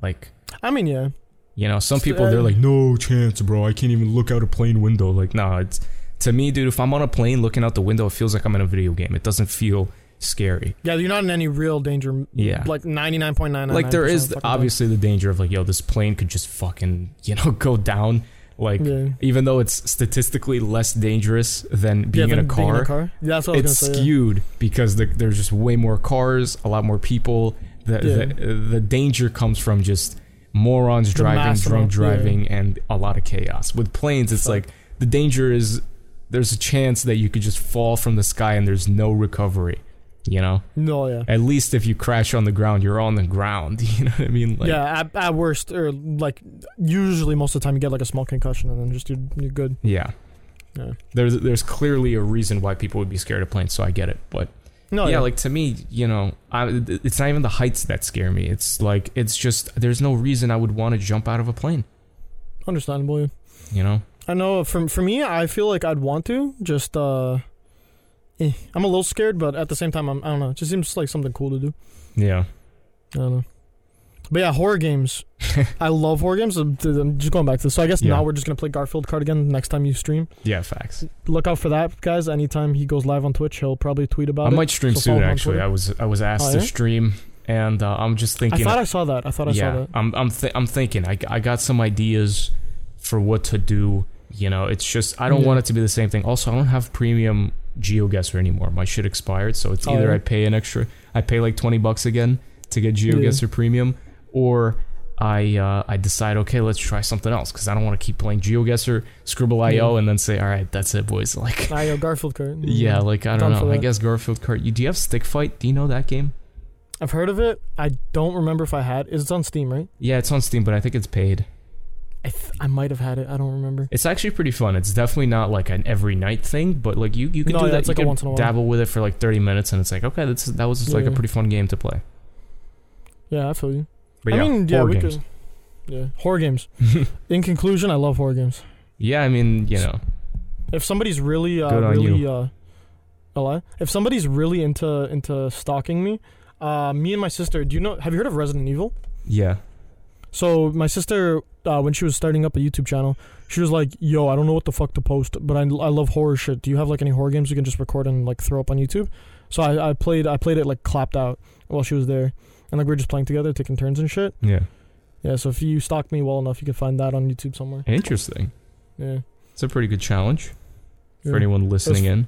Like, I mean, yeah. you know, some Just, people they're uh, like, no chance, bro. I can't even look out a plane window. Like, nah, it's to me, dude. If I'm on a plane looking out the window, it feels like I'm in a video game. It doesn't feel scary. Yeah, you're not in any real danger. Yeah. Like 99.99. like there is obviously the danger of like, yo, this plane could just fucking you know go down. Like, Yeah. even though it's statistically less dangerous than being, in, a car, Being in a car. Yeah, that's what I was it's gonna say. yeah. skewed because the, there's just way more cars, a lot more people. The, the the danger comes from just morons driving, mass drunk amount, yeah. driving, and a lot of chaos. With planes, it's like the danger is there's a chance that you could just fall from the sky and there's no recovery. You know, No, yeah. at least if you crash on the ground, you're on the ground. You know what I mean? Like, yeah, at, at worst, or like usually most of the time you get like a small concussion and then just you're, you're good. yeah. Yeah. There's there's clearly a reason why people would be scared of planes, so I get it. But No, yeah, like to me, you know, I, it's not even the heights that scare me. It's like it's just there's no reason I would want to jump out of a plane. understandable. yeah. You know, I know. uh, For for me, I feel like I'd want to. Just uh, eh. I'm a little scared, but at the same time, I'm I don't know. It just seems like something cool to do. yeah, I don't know. But yeah, horror games. I love horror games. I'm, I'm just going back to this. So I guess Yeah. now we're just gonna play Garfield card again next time you stream. yeah, facts. Look out for that, guys. Anytime he goes live on Twitch, he'll probably tweet about I it. might stream So follow soon. him on Actually, Twitter. I was I was asked Oh, to yeah? stream, and uh, I'm just I thinking. thought I saw that. I thought I yeah, saw that. I'm I'm th- I'm thinking. I, I got some ideas for what to do. You know, it's just I don't Yeah. want it to be the same thing. Also, I don't have premium GeoGuessr anymore. My shit expired, so it's Oh, either yeah? I pay an extra, I pay like twenty bucks again to get GeoGuessr Premium, or I uh, I decide okay, let's try something else because I don't want to keep playing GeoGuessr, Scribble.io, and then say all right, that's it, boys. Like I go Ah, Garfield card. yeah, like I don't Done for know. I that. guess Garfield Kart. You, do you have Stick Fight? Do you know that game? I've heard of it. I don't remember if I had. Is it on Steam, right? Yeah, it's on Steam, but I think it's paid. I th- I might have had it. I don't remember. It's actually pretty fun. It's definitely not like an every night thing, but like you, you can No, do yeah, that. it's you like a can once in a while. dabble with it for like thirty minutes, and it's like okay, that's that was just like a Yeah. pretty fun game to play. Yeah, I feel you. But I yeah, mean, yeah, horror we games. could. Yeah, horror games. In conclusion, I love horror games. yeah, I mean, you know, If somebody's really, uh, Good on really, you. uh, a lie. If somebody's really into into stalking me, uh, me and my sister. Do you know? Have you heard of Resident Evil? yeah, So my sister, uh, when she was starting up a YouTube channel, she was like, "Yo, I don't know what the fuck to post, but I, I love horror shit. Do you have like any horror games you can just record and like throw up on YouTube?" So I, I played I played it like clapped out while she was there, and like we were just playing together, taking turns and shit. yeah, Yeah. So if you stalk me well enough, you can find that on YouTube somewhere. interesting. Yeah. It's a pretty good challenge Yeah. for anyone listening in.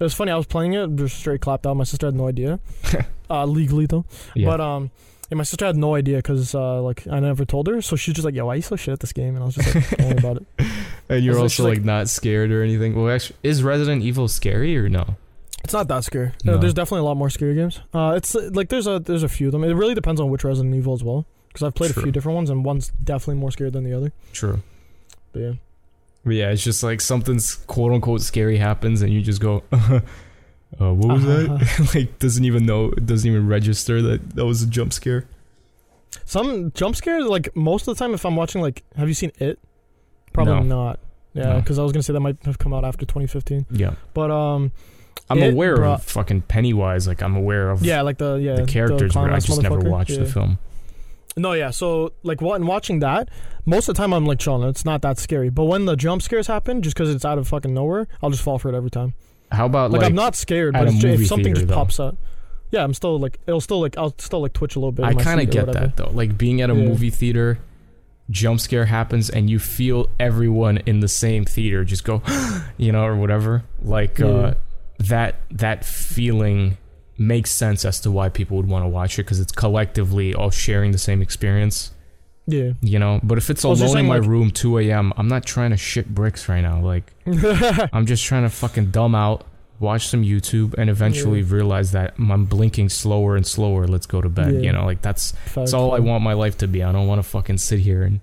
It was funny. I was playing it, just straight clapped out. My sister had no idea, uh, legally though. Yeah. But um, yeah, my sister had no idea because uh, like I never told her, so she's just like, "Yo, why you so shit at this game?" And I was just like, "Don't worry about it." And you're It's also like- like not scared or anything. Well, actually, is Resident Evil scary or no? It's not that scary. No, No. there's definitely a lot more scary games. Uh, it's uh, like there's a there's a few of them. It really depends on which Resident Evil as well, because I've played True. a few different ones, and one's definitely more scary than the other. True. But yeah, But yeah, it's just like something's quote unquote scary happens, and you just go, uh, "What was that?" like doesn't even know, doesn't even register that that was a jump scare. some jump scares like most of the time if I'm watching like, have you seen it? Probably No. not. Yeah, No. because I was gonna say that might have come out after 2015. Yeah, But um, I'm It aware brought- of fucking Pennywise. Like I'm aware of yeah, like the yeah the characters, but I clown-ass just never motherfucker. watched the Yeah. film. No, yeah. So like, what in watching that, most of the time I'm like chilling. It's not that scary. But when the jump scares happen, just because it's out of fucking nowhere, I'll just fall for it every time. How about Like, like, I'm not scared, at but a it's ju- movie if something theater, just though. pops up, yeah, I'm still like, it'll still like, I'll still like twitch a little bit. in I my kind of seat or get whatever. that though. Like being at a Yeah. movie theater, jump scare happens, and you feel everyone in the same theater just go, you know, or whatever. Like Yeah. uh, that that feeling makes sense as to why people would want to watch it because it's collectively all sharing the same experience. Yeah. You know, but if it's Oh, so you're alone in saying, my like- room, 2 a.m., I'm not trying to shit bricks right now. Like, I'm just trying to fucking dumb out, watch some YouTube, and eventually realize that I'm blinking slower and slower. Let's go to bed. Yeah. You know, like that's that's Fact, all I fact. want my life to be. I don't want to fucking sit here and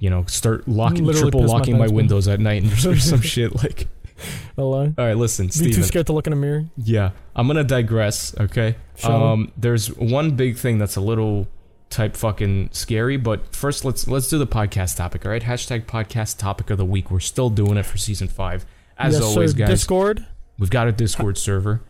you know start locking Literally triple piss my locking my, pants, man. windows at night and just some shit. Like, No lie. all right, listen, Be too Steven. scared to look in a mirror. Yeah, I'm gonna digress. Okay. Shall we? Um, there's one big thing that's a little type fucking scary, but first let's let's do the podcast topic. All right, hashtag podcast topic of the week. We're still doing it for season five. As yes, always, sir. guys, Discord. we've got a Discord server.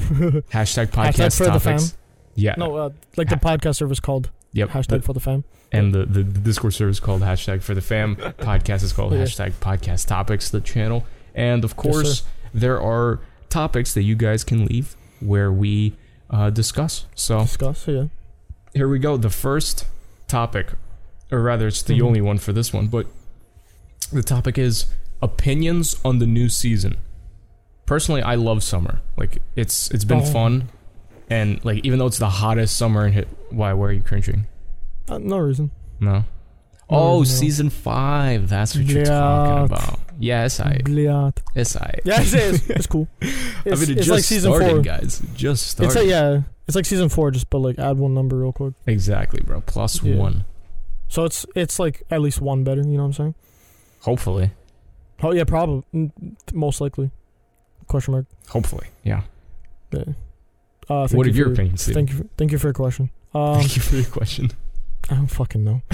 hashtag podcast for the topics. Yeah. No, uh, like the podcast service called Yep. hashtag for the fam. and the, the, the Discord server is called hashtag for the fam. podcast is called Yeah. hashtag podcast topics, the channel. And of Yes, course, there are topics that you guys can leave where we uh, discuss. So Discuss. Yeah. here we go. The first topic, or rather, it's the Mhm. only one for this one, but the topic is opinions on the new season. Personally, I love summer. Like it's it's been Oh. fun, and like even though it's the hottest summer in hit, why? Why are you cringing? Uh, no reason. No. No, Oh, no. season five. That's what you're talking Yeah. about. Yes, I. Bliat. Yes, I. Yeah, it's, it's, it's cool. It's, I mean, it it's just like season started, four. guys. It just started. It's like yeah, it's like season four, just but like add one number real quick. Exactly, bro. Plus Yeah. one. So it's it's like at least one better. You know what I'm saying? Hopefully. Oh yeah, probably most likely. Question mark. Hopefully. Yeah. Yeah. Uh, thank what you are your for- opinions, Steven? Thank you. For, thank you for your question. Um, Thank you for your question. I don't fucking know.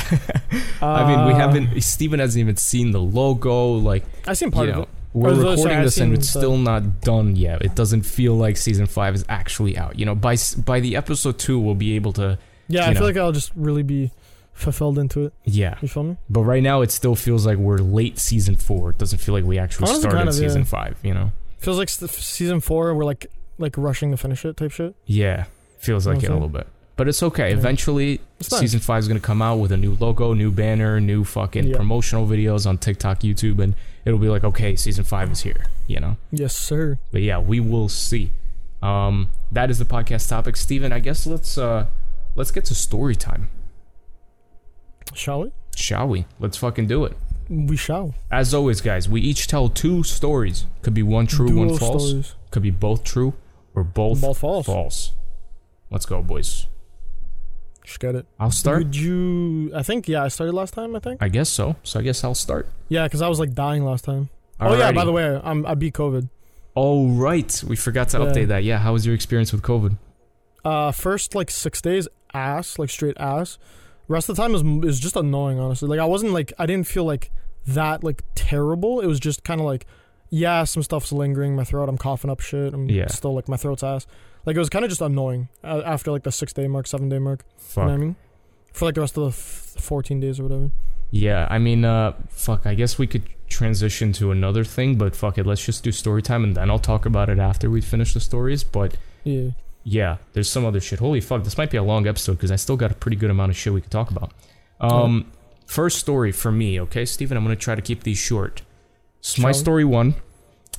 I mean, we Uh, haven't. Steven hasn't even seen the logo. Like, I seen part you of know, it. we're Or the- recording sorry, I've this and seen it's the- still not done yet. It doesn't feel like season five is actually out. You know, by s- by the episode two, we'll be able to. Yeah, I you feel know. like I'll just really be fulfilled into it. Yeah, You feel me? But right now, it still feels like we're late season four. It doesn't feel like we actually Honestly, started kind of, season yeah. five. You know? Feels like s- season four. We're like like rushing to finish it type shit. Yeah, feels like Okay. it a little bit. But it's okay. Yeah. Eventually, It's fine. season five is gonna come out with a new logo, new banner, new fucking Yeah. promotional videos on TikTok, YouTube, and it'll be like, okay, season five is here. You know? Yes, sir. But yeah, we will see. Um, that is the podcast topic, Steven, I guess let's uh let's get to story time, Shall we? shall we? Let's fucking do it. We shall. As always, guys, we each tell two stories. Could be one true, one Dual false. stories. Could be both true or both, Both false. Let's go, boys. Just get it. I'll start. Would you? I think yeah. I started last time. I think. I guess so. So I guess I'll start. Yeah, because I was like dying last time. Oh yeah. By Alrighty. the way, I'm, I beat COVID. Oh right, we forgot to Yeah. update that. Yeah, how was your experience with COVID? Uh, first like six days ass, like straight ass. Rest of the time is is just annoying. Honestly, like I wasn't like I didn't feel like that like terrible. It was just kind of like yeah, some stuff's lingering. My throat. I'm coughing up shit. I'm Yeah. still like my throat's ass. Like it was kind of just annoying uh, after like the six day mark, seven day mark. You Fuck. know what I mean? For like the rest of the f- 14 days or whatever. Yeah, I mean, uh, fuck. I guess we could transition to another thing, but fuck it. Let's just do story time, and then I'll talk about it after we finish the stories. But Yeah. yeah, there's some other shit. Holy fuck, this might be a long episode because I still got a pretty good amount of shit we could talk about. Um, first story for me, okay, Steven, I'm gonna try to keep these short. So my Shall we? story one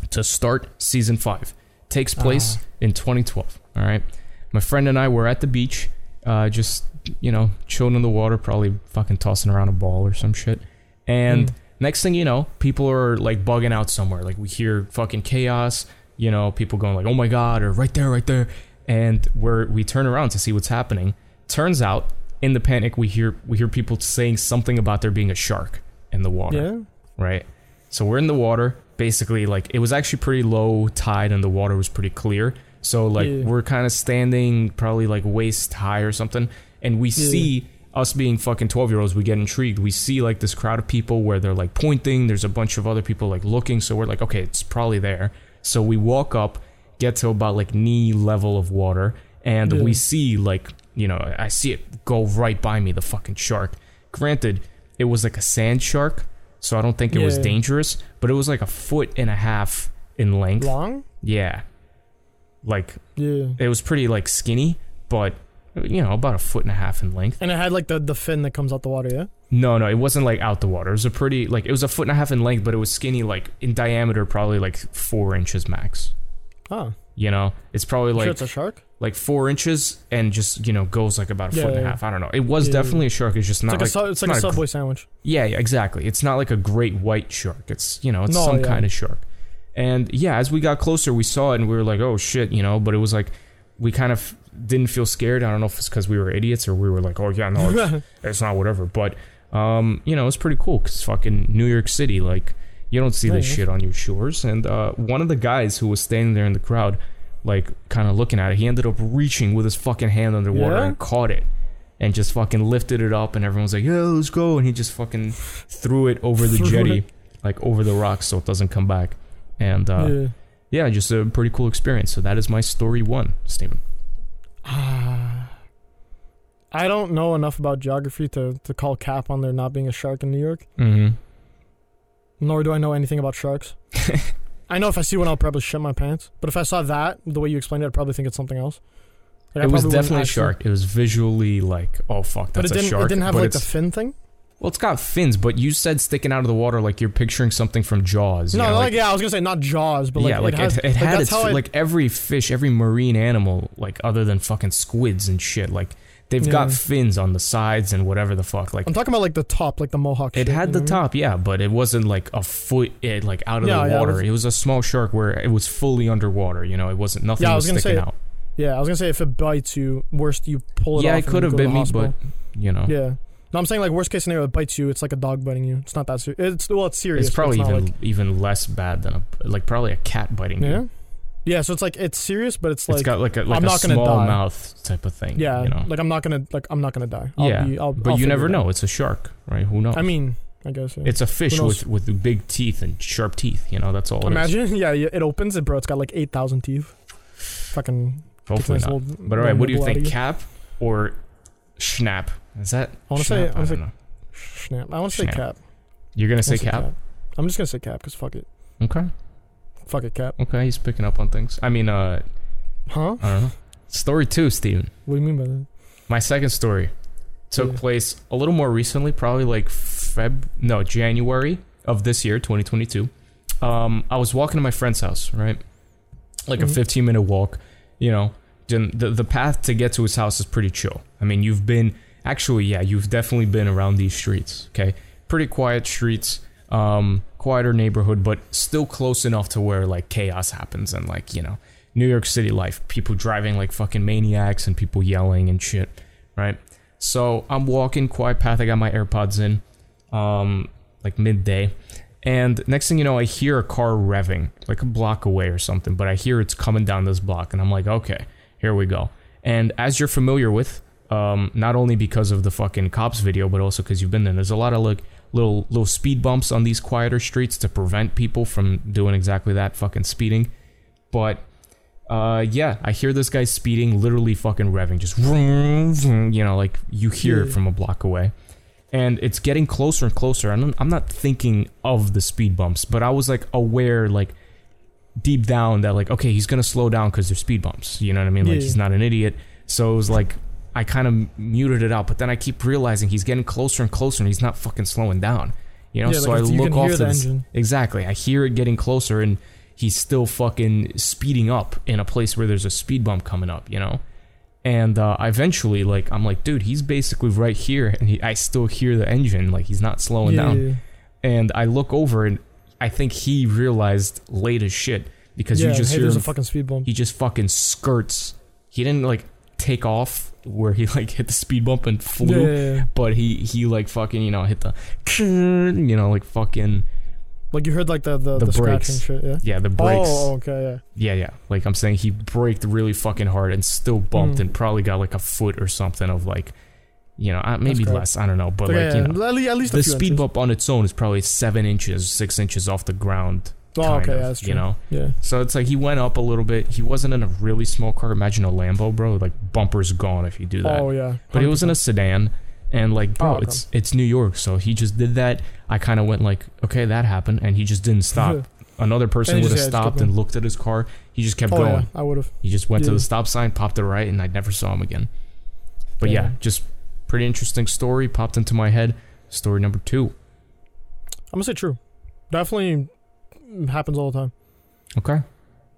to start season five takes place in 2012. All right, my friend and I were at the beach, uh, just you know, chilling in the water, probably fucking tossing around a ball or some shit, and Next thing you know, people are like bugging out somewhere. Like we hear fucking chaos, you know, people going like, "Oh my god," or "Right there, right there," and we're we turn around to see what's happening. Turns out, in the panic, we hear we hear people saying something about there being a shark in the water Yeah. right? So we're in the water. Basically, like it was actually pretty low tide and the water was pretty clear. So like Yeah. we're kind of standing probably like waist high or something, and we see us being fucking twelve year olds. We get intrigued. We see like this crowd of people where they're like pointing. There's a bunch of other people like looking. So we're like, okay, it's probably there. So we walk up, get to about like knee level of water, and Yeah. we see like you know I see it go right by me the fucking shark. Granted, it was like a sand shark, so I don't think it was Yeah. dangerous, but it was like a foot and a half in length. Long? Yeah. Like Yeah. it was pretty like skinny, but you know, about a foot and a half in length. And it had like the, the fin that comes out the water, yeah? No, no, it wasn't like out the water. It was a pretty like it was a foot and a half in length, but it was skinny like in diameter probably like 4 inches max. Huh. You know, it's probably sure like Ah. it's a shark? like four inches and just you know goes like about a Yeah, foot and a yeah. half. I don't know. It was Yeah. definitely a shark. It's just It's not like, a, su- it's like a not gr- Subway sandwich. Yeah, yeah, exactly. It's not like a great white shark. It's you know, it's No, some yeah. kind of shark. And yeah, as we got closer, we saw it and we were like, oh shit, you know. But it was like we kind of didn't feel scared. I don't know if it's because we were idiots or we were like, oh yeah, no, it's, it's not whatever. But um, you know, it's pretty cool because fucking New York City, like you don't see this yeah. shit on your shores. And uh, one of the guys who was standing there in the crowd, like kind of looking at it, he ended up reaching with his fucking hand underwater Yeah? and caught it and just fucking lifted it up and everyone's like, "Yeah, let's go." And he just fucking threw it over the Threw jetty, it. like over the rocks so it doesn't come back. And uh, yeah. yeah. just a pretty cool experience. So that is my story one, Steven. I don't know enough about geography to, to call cap on there not being a shark in New York, Mm-hmm. nor do I know anything about sharks. I know if I see one, I'll probably shit my pants. But if I saw that, the way you explained it, I'd probably think it's something else. Like, I It was probably wouldn't definitely a actually- shark. It was visually like, oh fuck, But that's it didn't, a shark. it didn't have but like the it's- fin thing? well, it's got fins, but you said sticking out of the water like you're picturing something from Jaws. you No, know, like, yeah, I was going to say not jaws, but like, yeah, like it has, it, it had that's its how fi- I- like every fish, every marine animal, like other than fucking squids and shit, like they've got Yeah. fins on the sides and whatever the fuck. Like I'm talking about like the top, like the mohawk it shit, had you the know what I mean? top, yeah, but it wasn't like a foot, it, like out of Yeah, the yeah, it water. was- it, was, a small shark where it was fully underwater. You know, it wasn't nothing Yeah, I was, was gonna sticking say, out. Yeah, I was gonna say if it bites you, worst you pull it off. Yeah, it and could have go to been the me, but hospital. you know, yeah. No, I'm saying like worst case scenario, it bites you. It's like a dog biting you. It's not that serious. It's well, it's serious. it's but probably not, even like- even less bad than a like probably a cat biting you. yeah, yeah. So it's like it's serious, but it's like it's got like a like I'm a not gonna small die. mouth type of thing. yeah, you know, like I'm not gonna like I'm not gonna die. I'll yeah, be, I'll, but I'll you figure never it out. know. It's a shark, right? Who knows? I mean, I guess yeah. It's a fish Who knows? with with big teeth and sharp teeth. You know, that's all. it is. imagine. Yeah, yeah, it opens it, bro. It's got like eight thousand teeth. Fucking. Hopefully nice not. little- But all right, what do you nibble out think, of you. cap or schnapp? Is that? I wanna say- schnapp? I don't wanna say- know. Snap. I want to say Snap. cap. You're gonna I say wanna cap? I'm just gonna say cap because fuck it. Okay, Fuck it, cap. okay. He's picking up on things. I mean, uh, Huh? I don't know. Story two, Steven. What do you mean by that? My second story took Yeah. place a little more recently, probably like Feb, no, January of this year, 2022. Um, I was walking to my friend's house, right? Like a 15 minute walk, you know. Then the, the path to get to his house is pretty chill. I mean, you've been, actually, yeah, you've definitely been around these streets, okay? Pretty quiet streets, um, quieter neighborhood, but still close enough to where like chaos happens and like, you know, New York City life, people driving like fucking maniacs and people yelling and shit, right? So I'm walking quiet path. I got my AirPods in, um, like midday, and next thing you know, I hear a car revving like a block away or something. But I hear it's coming down this block, and I'm like, okay, here we go. And as you're familiar with, um, not only because of the fucking cops video, but also because you've been there. There's a lot of like little little speed bumps on these quieter streets to prevent people from doing exactly that fucking speeding. But uh, yeah, I hear this guy speeding, literally fucking revving, just vroom, vroom, you know, like you hear Hmm. it from a block away, and it's getting closer and closer. And I'm- I'm not thinking of the speed bumps, but I was like aware, like deep down, that like okay, he's gonna slow down because there's speed bumps. You know what I mean? Like Yeah. he's not an idiot. So it was like I kind of muted it out, but then I keep realizing he's getting closer and closer, and he's not fucking slowing down. You know, Yeah, so I like, it's- you look can off hear to the this- engine. Exactly. I hear it getting closer and he's still fucking speeding up in a place where there's a speed bump coming up, you know? And uh, eventually, like, I'm like, dude, he's basically right here and he, I still hear the engine. Like, he's not slowing yeah, down. yeah, yeah. and I look over and I think he realized late as shit because yeah, you just hey, hear there's him, a fucking speed bump. he just fucking skirts. He didn't like take off where he like hit the speed bump and flew, Yeah, yeah, yeah. but he he like fucking you know hit the you know like fucking Like you heard like the the, The the, scratching brakes. shit. Yeah. yeah the brakes Oh, okay, yeah yeah like I'm saying he braked really fucking hard and still bumped Mm. and probably got like a foot or something of like you know uh, maybe great. less I don't know but yeah. Okay, like you yeah, know at le- at least a the few speed inches. bump on its own is probably seven inches, six inches off the ground. Oh, kind okay, of, yeah, that's You true. know, Yeah. so it's like he went up a little bit. He wasn't in a really small car. Imagine a Lambo, bro. Like bumpers gone if you do that. Oh yeah. But it was in a 100%. sedan, and like, bro, Oh, okay. it's it's New York, so he just did that. I kind of went like, okay, that happened, and he just didn't stop. Another person And he would have just- yeah, just kept stopped and looked at his car. He just kept Oh going. yeah, I would have. He just went to Yeah. the stop sign, popped it right, and I never saw him again. But yeah, Yeah. just pretty interesting story popped into my head. Story number two. I'm gonna say true. Definitely happens all the time. Okay.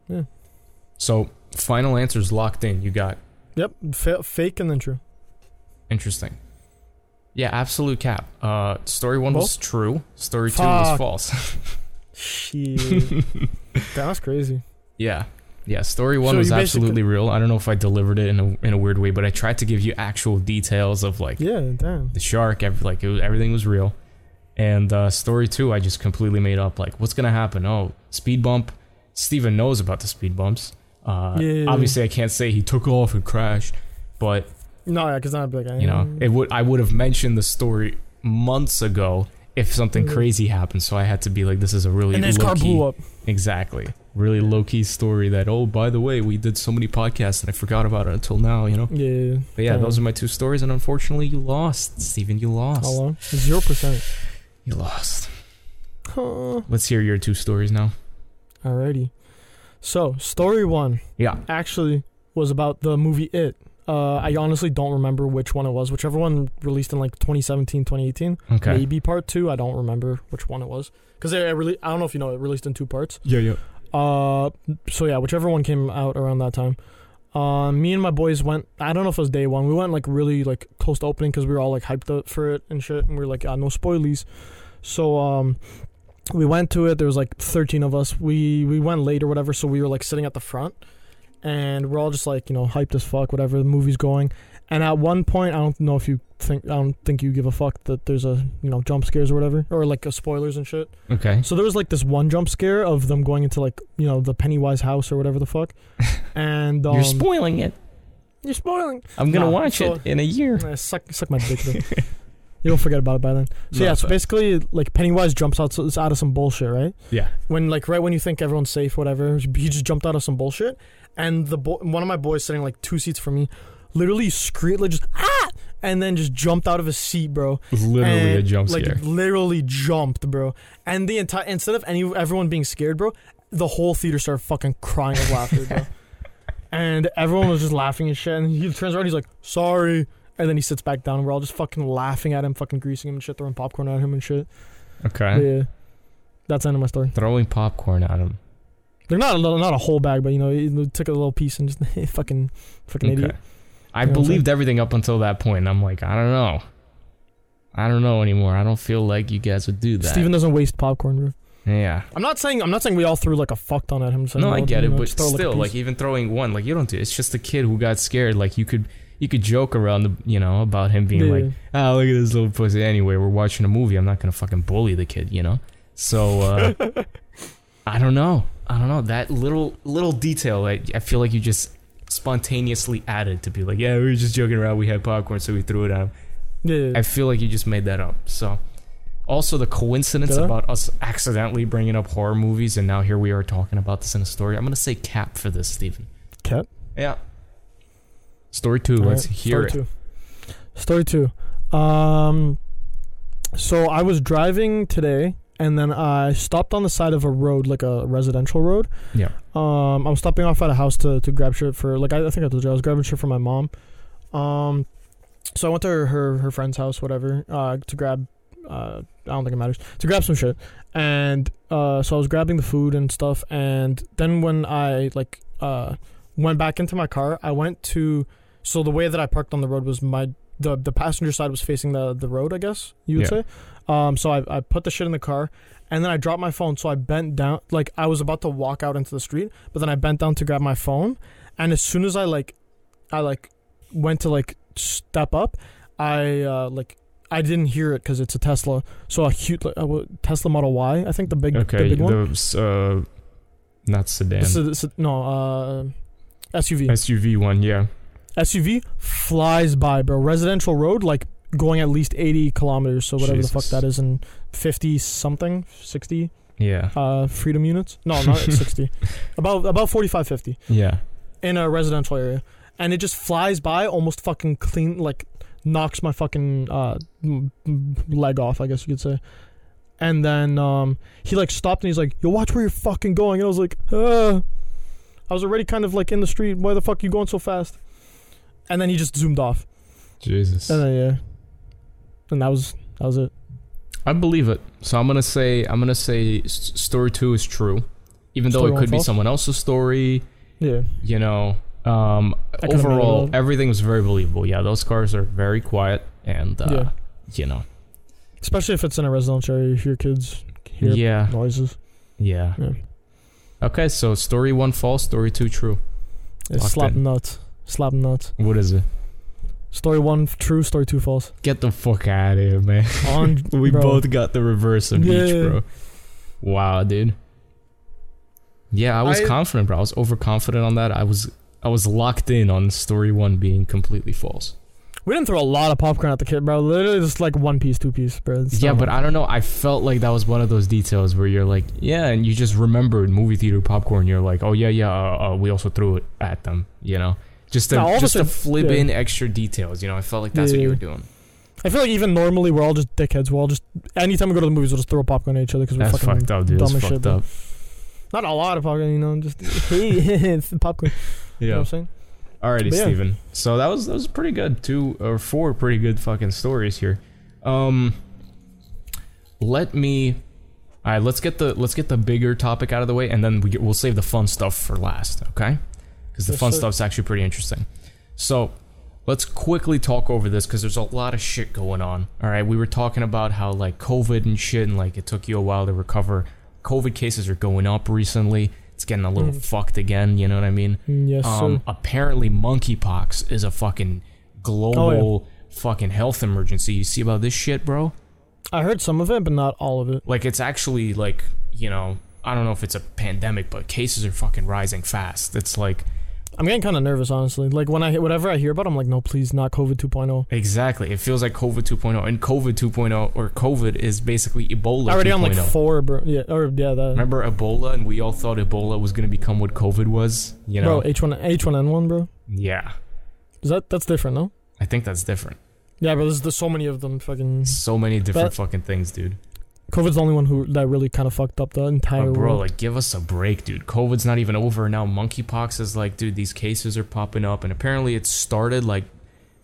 Yeah. So final answers locked in. You got Yep, fa- fake and then true. interesting. Yeah, absolute cap. Uh, story one was true. Story two was Fuck. false. Shit. Damn, that's crazy. yeah. Yeah, story one So was you absolutely real. I don't know if I delivered it in a, in a weird way, but I tried to give you actual details of like Yeah, damn. the shark. Every, like it was, everything was real. And uh, story two, I just completely made up. Like, what's gonna happen? Oh, speed bump. Steven knows about the speed bumps. Uh, Yeah. Obviously, I can't say he took off and crashed, but No, yeah, because I'd be like, eh. you know, it would. I would have mentioned the story months ago if something crazy happened. So I had to be like, this is a really Mm. and his low car key, blew up. exactly really low key story. That oh, by the way, we did so many podcasts and I forgot about it until now. You know, Yeah. but yeah, damn. those are my two stories, and unfortunately, you lost, Steven. You lost. Um, How long? Zero percent. You lost. Huh. Let's hear your two stories now. Alrighty. So, story one Yeah. actually was about the movie It. Uh, I honestly don't remember which one it was. Whichever one released in like 2017, 2018. Okay. Maybe part two. I don't remember which one it was. Because it, it really, I don't know if you know, it released in two parts. Yeah, yeah. Uh, so yeah, whichever one came out around that time. Uh, me and my boys went. I don't know if it was day one. We went like really like close to opening because we were all like hyped up for it and shit. And we were like, ah, no spoilies. So um, we went to it. There was like thirteen of us. We we went late or whatever. So we were like sitting at the front, and we're all just like you know hyped as fuck. Whatever the movie's going. And at one point, I don't know if you think I don't think you give a fuck that there's a you know jump scares or whatever or like uh spoilers and shit. Okay. So there was like this one jump scare of them going into like you know the Pennywise house or whatever the fuck, and um, You're spoiling it. you're spoiling. I'm gonna Nah, watch so- it in a year. Eh, suck suck my dick. then. you don't forget about it by then. So No, yeah, so but- basically like Pennywise jumps out so it's out of some bullshit, right? Yeah. When like right when you think everyone's safe, whatever, he just jumped out of some bullshit, and the bo- one of my boys sitting like two seats from me, literally screamed like just ah, and then just jumped out of his seat, bro. Literally a and, jump like, scare. Literally jumped, bro. And the entire instead of any everyone being scared, bro, the whole theater started fucking crying of laughter, bro. And everyone was just laughing and shit. And he turns around, he's like, "Sorry," and then he sits back down. And we're all just fucking laughing at him, fucking greasing him and shit, throwing popcorn at him and shit. Okay. Yeah, that's the end of my story. Throwing popcorn at him. They're not a little, not a whole bag, but you know, he took a little piece and just fucking fucking Okay. idiot. I You know what I'm believed everything up until that point, and I'm like, I don't know. I don't know anymore. I don't feel like you guys would do that. Steven doesn't waste popcorn, bro. Yeah. I'm not saying I'm not saying we all threw like a fuck ton at him. So No, I get you it, know, but just throw, a still, piece. like even throwing one, like you don't do. It's just a kid who got scared. Like you could, you could joke around the, you know, about him being Yeah. like, ah, look at this little pussy. Anyway, we're watching a movie. I'm not gonna fucking bully the kid, you know. So uh, I don't know. I don't know that little little detail. I, I feel like you just spontaneously added to be like, yeah, we were just joking around. We had popcorn, so we threw it at him. yeah, yeah. I feel like you just made that up. So, also the coincidence Did I? about us accidentally bringing up horror movies and now here we are talking about this in a story. I'm gonna say cap for this, Stephen. Cap? Yeah. Story two. let's Alright, hear it. story Two. Story two. Um, so I was driving today, and then I stopped on the side of a road, like a residential road. Yeah. Um, I'm stopping off at a house to, to grab shit for like I, I think I told you I was grabbing shit for my mom. Um, so I went to her her, her friend's house, whatever, uh, to grab. Uh, I don't think it matters to grab some shit, and uh, so I was grabbing the food and stuff, and then when I like uh went back into my car, I went to so the way that I parked on the road was my the the passenger side was facing the the road, I guess you would Yeah. say. Um, so I, I put the shit in the car and then I dropped my phone. So I bent down, like I was about to walk out into the street, but then I bent down to grab my phone. And as soon as I like, I like went to like step up, I uh, like I didn't hear it because it's a Tesla. So a huge like, uh, what- Tesla Model Y, I think the big, the Okay, big one. the uh, not sedan, This is, this is- no uh, SUV. SUV one. Yeah, SUV flies by, bro. Residential road, like going at least 80 kilometers, so whatever the fuck Jesus. that is, in 50 something, 60 yeah, uh, freedom units. No, not 60. About about 45, 50 yeah. in a residential area, and it just flies by, almost fucking clean, like knocks my fucking uh, m- m- leg off, I guess you could say. And then um, he like stopped and he's like, "Yo, watch where you're fucking going." And I was like, "Uh." I was already kind of like in the street. Why the fuck you going so fast? And then he just zoomed off. Jesus, And then yeah, and that was that was it. I believe it. So I'm gonna say I'm gonna say s- story two is true, even though Story it one could be false? someone else's story. Yeah, You know, um, I could've made it overall up. everything was very believable. Yeah, those cars are very quiet and uh, Yeah. you know, especially if it's in a residential area, if your kids hear Yeah. noises. yeah. Yeah. Okay, so story one false, story two true. It's Locked slap in. nuts. Slap nuts. What is it? Story one f- true, story two false. Get the fuck out of here, man. On We bro, both got the reverse of each, Yeah. bro. Wow, dude. Yeah, I was I- confident, bro. I was overconfident on that. I was I was locked in on story one being completely false. We didn't throw a lot of popcorn at the kid, bro. Literally just like one piece, two piece, bro. It's yeah, not- but I don't know. I felt like that was one of those details where you're like, yeah, and you just remembered movie theater popcorn. You're like, oh yeah, yeah. Uh, uh, we also threw it at them, you know, just to No, all of a just to sudden- flip yeah. in extra details. You know, I felt like that's what Yeah. you were doing. I feel like even normally we're all just dickheads. We're all just anytime we go to the movies, we'll just throw popcorn at each other because we're That's fucking fucked up, dude. dumb That's as fucked shit. bro. up. Not a lot of popcorn, you know. Just hey, it's the popcorn. You know Yeah. what I'm saying? Alrighty, But yeah. Steven. So that was that was pretty good. Two or four pretty good fucking stories here. Um let me Alright, let's get the let's get the bigger topic out of the way and then we get, we'll save the fun stuff for last, okay? Cuz the Yes, fun sir. stuff's actually pretty interesting. So Let's quickly talk over this because there's a lot of shit going on. All right, we were talking about how like COVID and shit, and like it took you a while to recover. COVID cases are going up recently. It's getting a Mm-hmm. little fucked again. You know what I mean? Mm, Yes, Um, apparently, monkeypox is a fucking Oh, global fucking health emergency. You see about this shit, bro? sir. I heard some of it, but not all of it. Like, it's actually like, you know, I don't know if it's a pandemic, but cases are fucking rising fast. It's like, I'm getting kind of nervous, honestly. Like when I whatever I hear about, it, I'm like, no, please, not COVID oh." 2.0. exactly. It feels like COVID 2.0. And COVID 2.0 or COVID is basically Ebola. Already on like 2.0. four, bro. Yeah, or yeah, that. oh. Remember Ebola? And we all thought Ebola was going to become what COVID was, you know? Bro, H1 H1N1, bro. yeah. Is that that's different, no? I think that's different. Yeah, bro. There's, there's so many of them. Fucking So many different But- fucking things, dude. COVID's the only one who that really kind of fucked up the entire But bro, world. like, give us a break, dude. COVID's not even over now. Monkeypox is like, dude, these cases are popping up, and apparently it started like,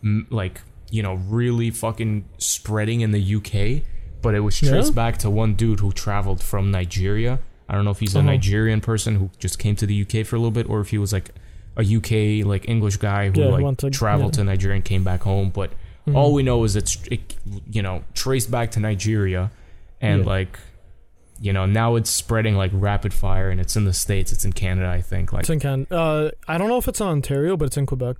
m- like you know, really fucking spreading in the UK. But it was traced Yeah? back to one dude who traveled from Nigeria. I don't know if he's a Uh-huh. Nigerian person who just came to the UK for a little bit, or if he was like a UK like English guy who Yeah, who like went to- traveled yeah. Mm-hmm. to Nigeria and came back home. But all we know is it's it, you know traced back to Nigeria, and Yeah. like you know now it's spreading like rapid fire and it's in the states it's in canada i think like It's in Can. Uh, I don't know if it's in Ontario, but it's in Quebec,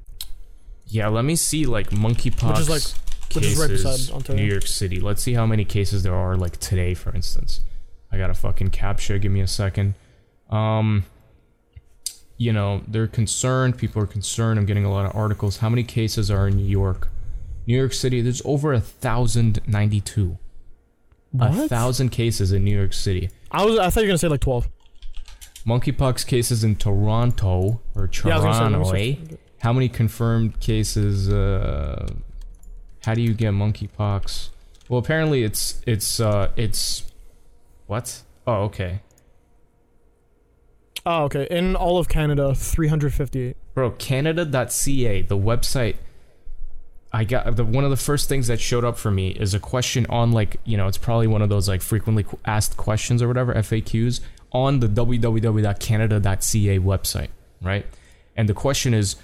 yeah let me see like monkeypox Which is, like- which is right cases, beside Ontario. new york city let's see how many cases there are like today for instance i got a fucking capture give me a second um you know they're concerned people are concerned i'm getting a lot of articles how many cases are in new york new york city there's over a thousand ninety two a What? thousand cases in new york city I was I thought you were gonna say like twelve. monkeypox cases in Toronto or Yeah, I was gonna say, let me Toronto. eh? How many confirmed cases? Uh, how do you get monkeypox? Well, apparently it's it's uh, it's what? Oh, okay, Oh, okay. In all of Canada, three hundred fifty-eight. bro. Canada.ca, the website. I got the one of the first things that showed up for me is a question on like you know it's probably one of those like frequently qu- asked questions or whatever FAQs on the www.canada.ca website, right? And the question is,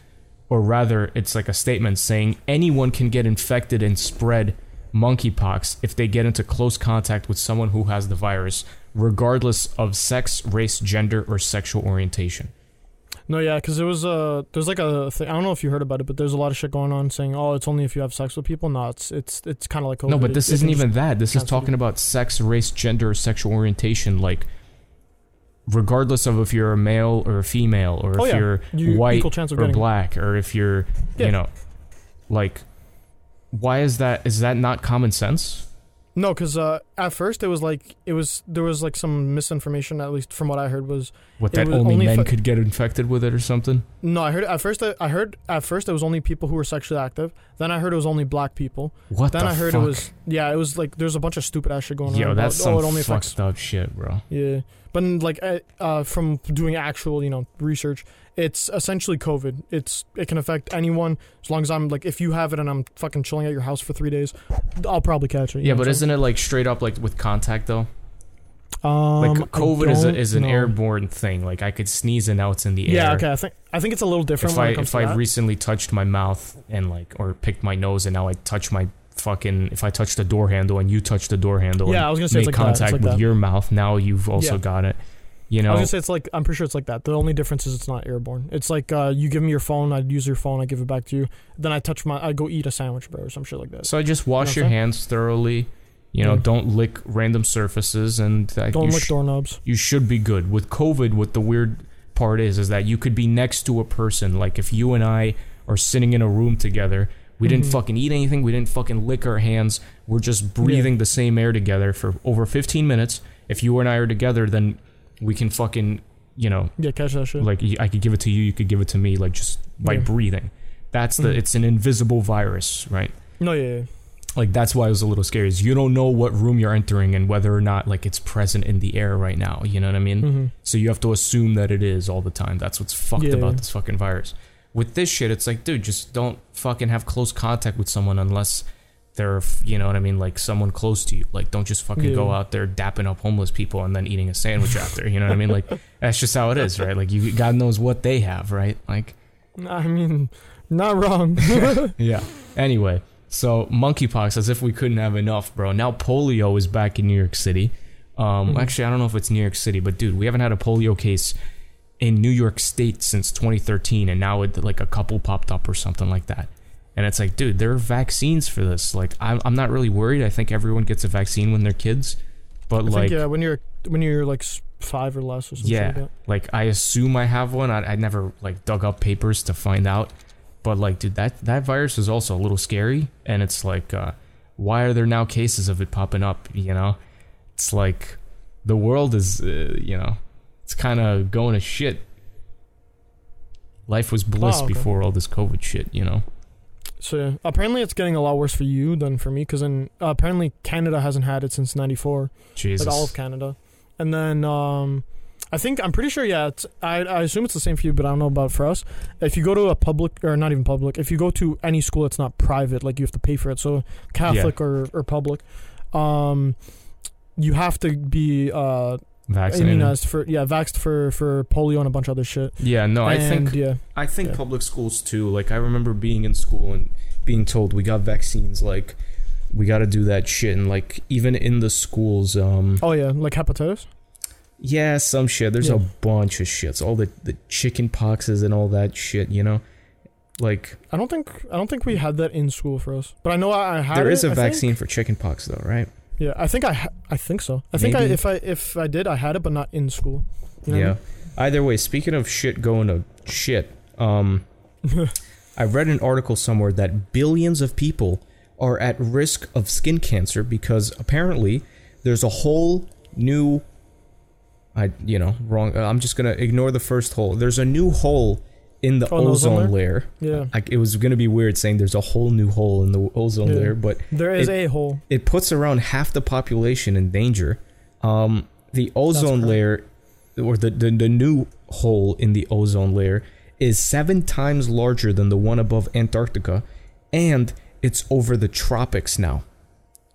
or rather, it's like a statement saying anyone can get infected and spread monkeypox if they get into close contact with someone who has the virus, regardless of sex, race, gender, or sexual orientation. No, yeah, because there was a there's like a thing. I don't know if you heard about it, but there's a lot of shit going on saying, "Oh, it's only if you have sex with people." No, it's it's it's kind of like COVID. No, but this It- it isn't can even just- that. This is cancel talking about sex, race, gender, or sexual orientation, like regardless of if you're a male or a female, or Oh, if yeah. you're You- white equal chance of or getting it. black, or if you're Yeah. you know, like why is that? Is that not common sense? No, because uh, at first it was like it was there was like some misinformation. At least from what I heard was What It that was only, only men for- could get infected with it or something? no. I heard at first I, I heard at first it was only people who were sexually active. Then I heard it was only black people. What then the I heard fuck? it was yeah. It was like there's a bunch of stupid ass shit going on. Yo, about, that's some oh, it only fucked affects up shit, bro. Yeah, but like uh, uh, from doing actual you know research, it's essentially COVID. It's it can affect anyone as long as I'm like if you have it and I'm fucking chilling at your house for three days, I'll probably catch it. you Yeah, know but what I'm isn't it like straight up like with contact though? Like saying? um, I COVID is a, don't is an know. airborne thing. Like I could sneeze and now it's in the air. Yeah, okay. I think I think it's a little different. if when I it comes if to I that. recently touched my mouth and like or picked my nose and now I touch my fucking if I touch the door handle and you touch the door handle Yeah, and I was gonna say make it's like that, it's contact like with that. your mouth now you've also Yeah. got it you I was know gonna say it's like I'm pretty sure it's like that. The only difference is it's not airborne. It's like uh, you give me your phone, I use your phone, I give it back to you. Then I touch my, I go eat a sandwich, bro, or some shit like that. so I just wash You your know what I'm hands thoroughly you know Yeah. don't lick random surfaces and uh, Don't you, lick sh- doorknobs. you should be good with COVID what the weird part is is that you could be next to a person like if you and I are sitting in a room together we didn't fucking eat anything. We didn't fucking lick our hands. We're just breathing the same air together for over 15 minutes. If you and I are together, then we can fucking, you know, Yeah, catch that shit. like y- I could give it to you, you could give it to me, like just by Yeah. breathing. That's the, it's an invisible virus, right? no, yeah, yeah. Like that's why it was a little scary. Is you don't know what room you're entering and whether or not like it's present in the air right now. You know what I mean? So you have to assume that it is all the time. That's what's fucked Mm-hmm. Yeah. about this fucking virus. With this shit, it's like, dude, just don't fucking have close contact with someone unless they're, you know what I mean, like someone close to you. Like, don't just fucking go Yeah. out there dapping up homeless people and then eating a sandwich after. You know what I mean? Like, that's just how it is, right? Like, you God knows what they have, right? Like, yeah. I mean, not wrong. yeah. Anyway, so monkeypox, as if we couldn't have enough, bro. Now polio is back in New York City. Um, Hmm. Actually, I don't know if it's New York City, but dude, we haven't had a polio case in New York State since 2013, and now it like a couple popped up or something like that. And it's like, dude, there are vaccines for this. Like, I'm, I'm not really worried. I think everyone gets a vaccine when they're kids, but I like, think, uh, yeah, when you're when you're like s- five or less or something. yeah, Like that. like I assume I have one. I, I never like dug up papers to find out, but like, dude, that that virus is also a little scary, and it's like, uh, why are there now cases of it popping up? You know, it's like the world is, uh, you know, it's kind of going to shit. Life was bliss Oh, okay. before all this COVID shit, you know. So yeah. apparently it's getting a lot worse for you than for me because in uh, apparently Canada hasn't had it since '94, Jesus, like all of Canada, and then um, I think I'm pretty sure. Yeah, it's, I I assume it's the same for you, but I don't know about for us. If you go to a public or not even public, if you go to any school that's not private, like you have to pay for it, so Catholic or or public, um, you have to be uh vaccinated. immunized for yeah vaxxed for for polio and a bunch of other shit. yeah, no, Oh, I And, think yeah. I think Yeah. public schools too. Like I remember being in school and being told we got vaccines. Like we got to do that shit. And like even in the schools, um, Oh yeah, like hepatitis. yeah, some shit. There's a Yeah. bunch of shits. All the the chicken poxes and all that shit. You know, like I don't think I don't think we had that in school for us, but I know I, I had. there is it, a I think. vaccine for chicken pox though, right? Yeah, I think I ha- I think so. I think I, Maybe. if I if I did, I had it, but not in school. You know what I Yeah. mean? Either way, speaking of shit going to shit, um, I read an article somewhere that billions of people are at risk of skin cancer because apparently there's a whole new, I you know wrong. uh, I'm just gonna ignore the first hole. There's a new hole in the Oh, in the ozone ozone layer. Yeah. Like it was gonna be weird saying there's a whole new hole in the ozone Yeah. layer, but There is it- a hole. it puts around half the population in danger. Um, the ozone correct. layer, or the, the the new hole in the ozone layer, is seven times larger than the one above Antarctica, and it's over the tropics now.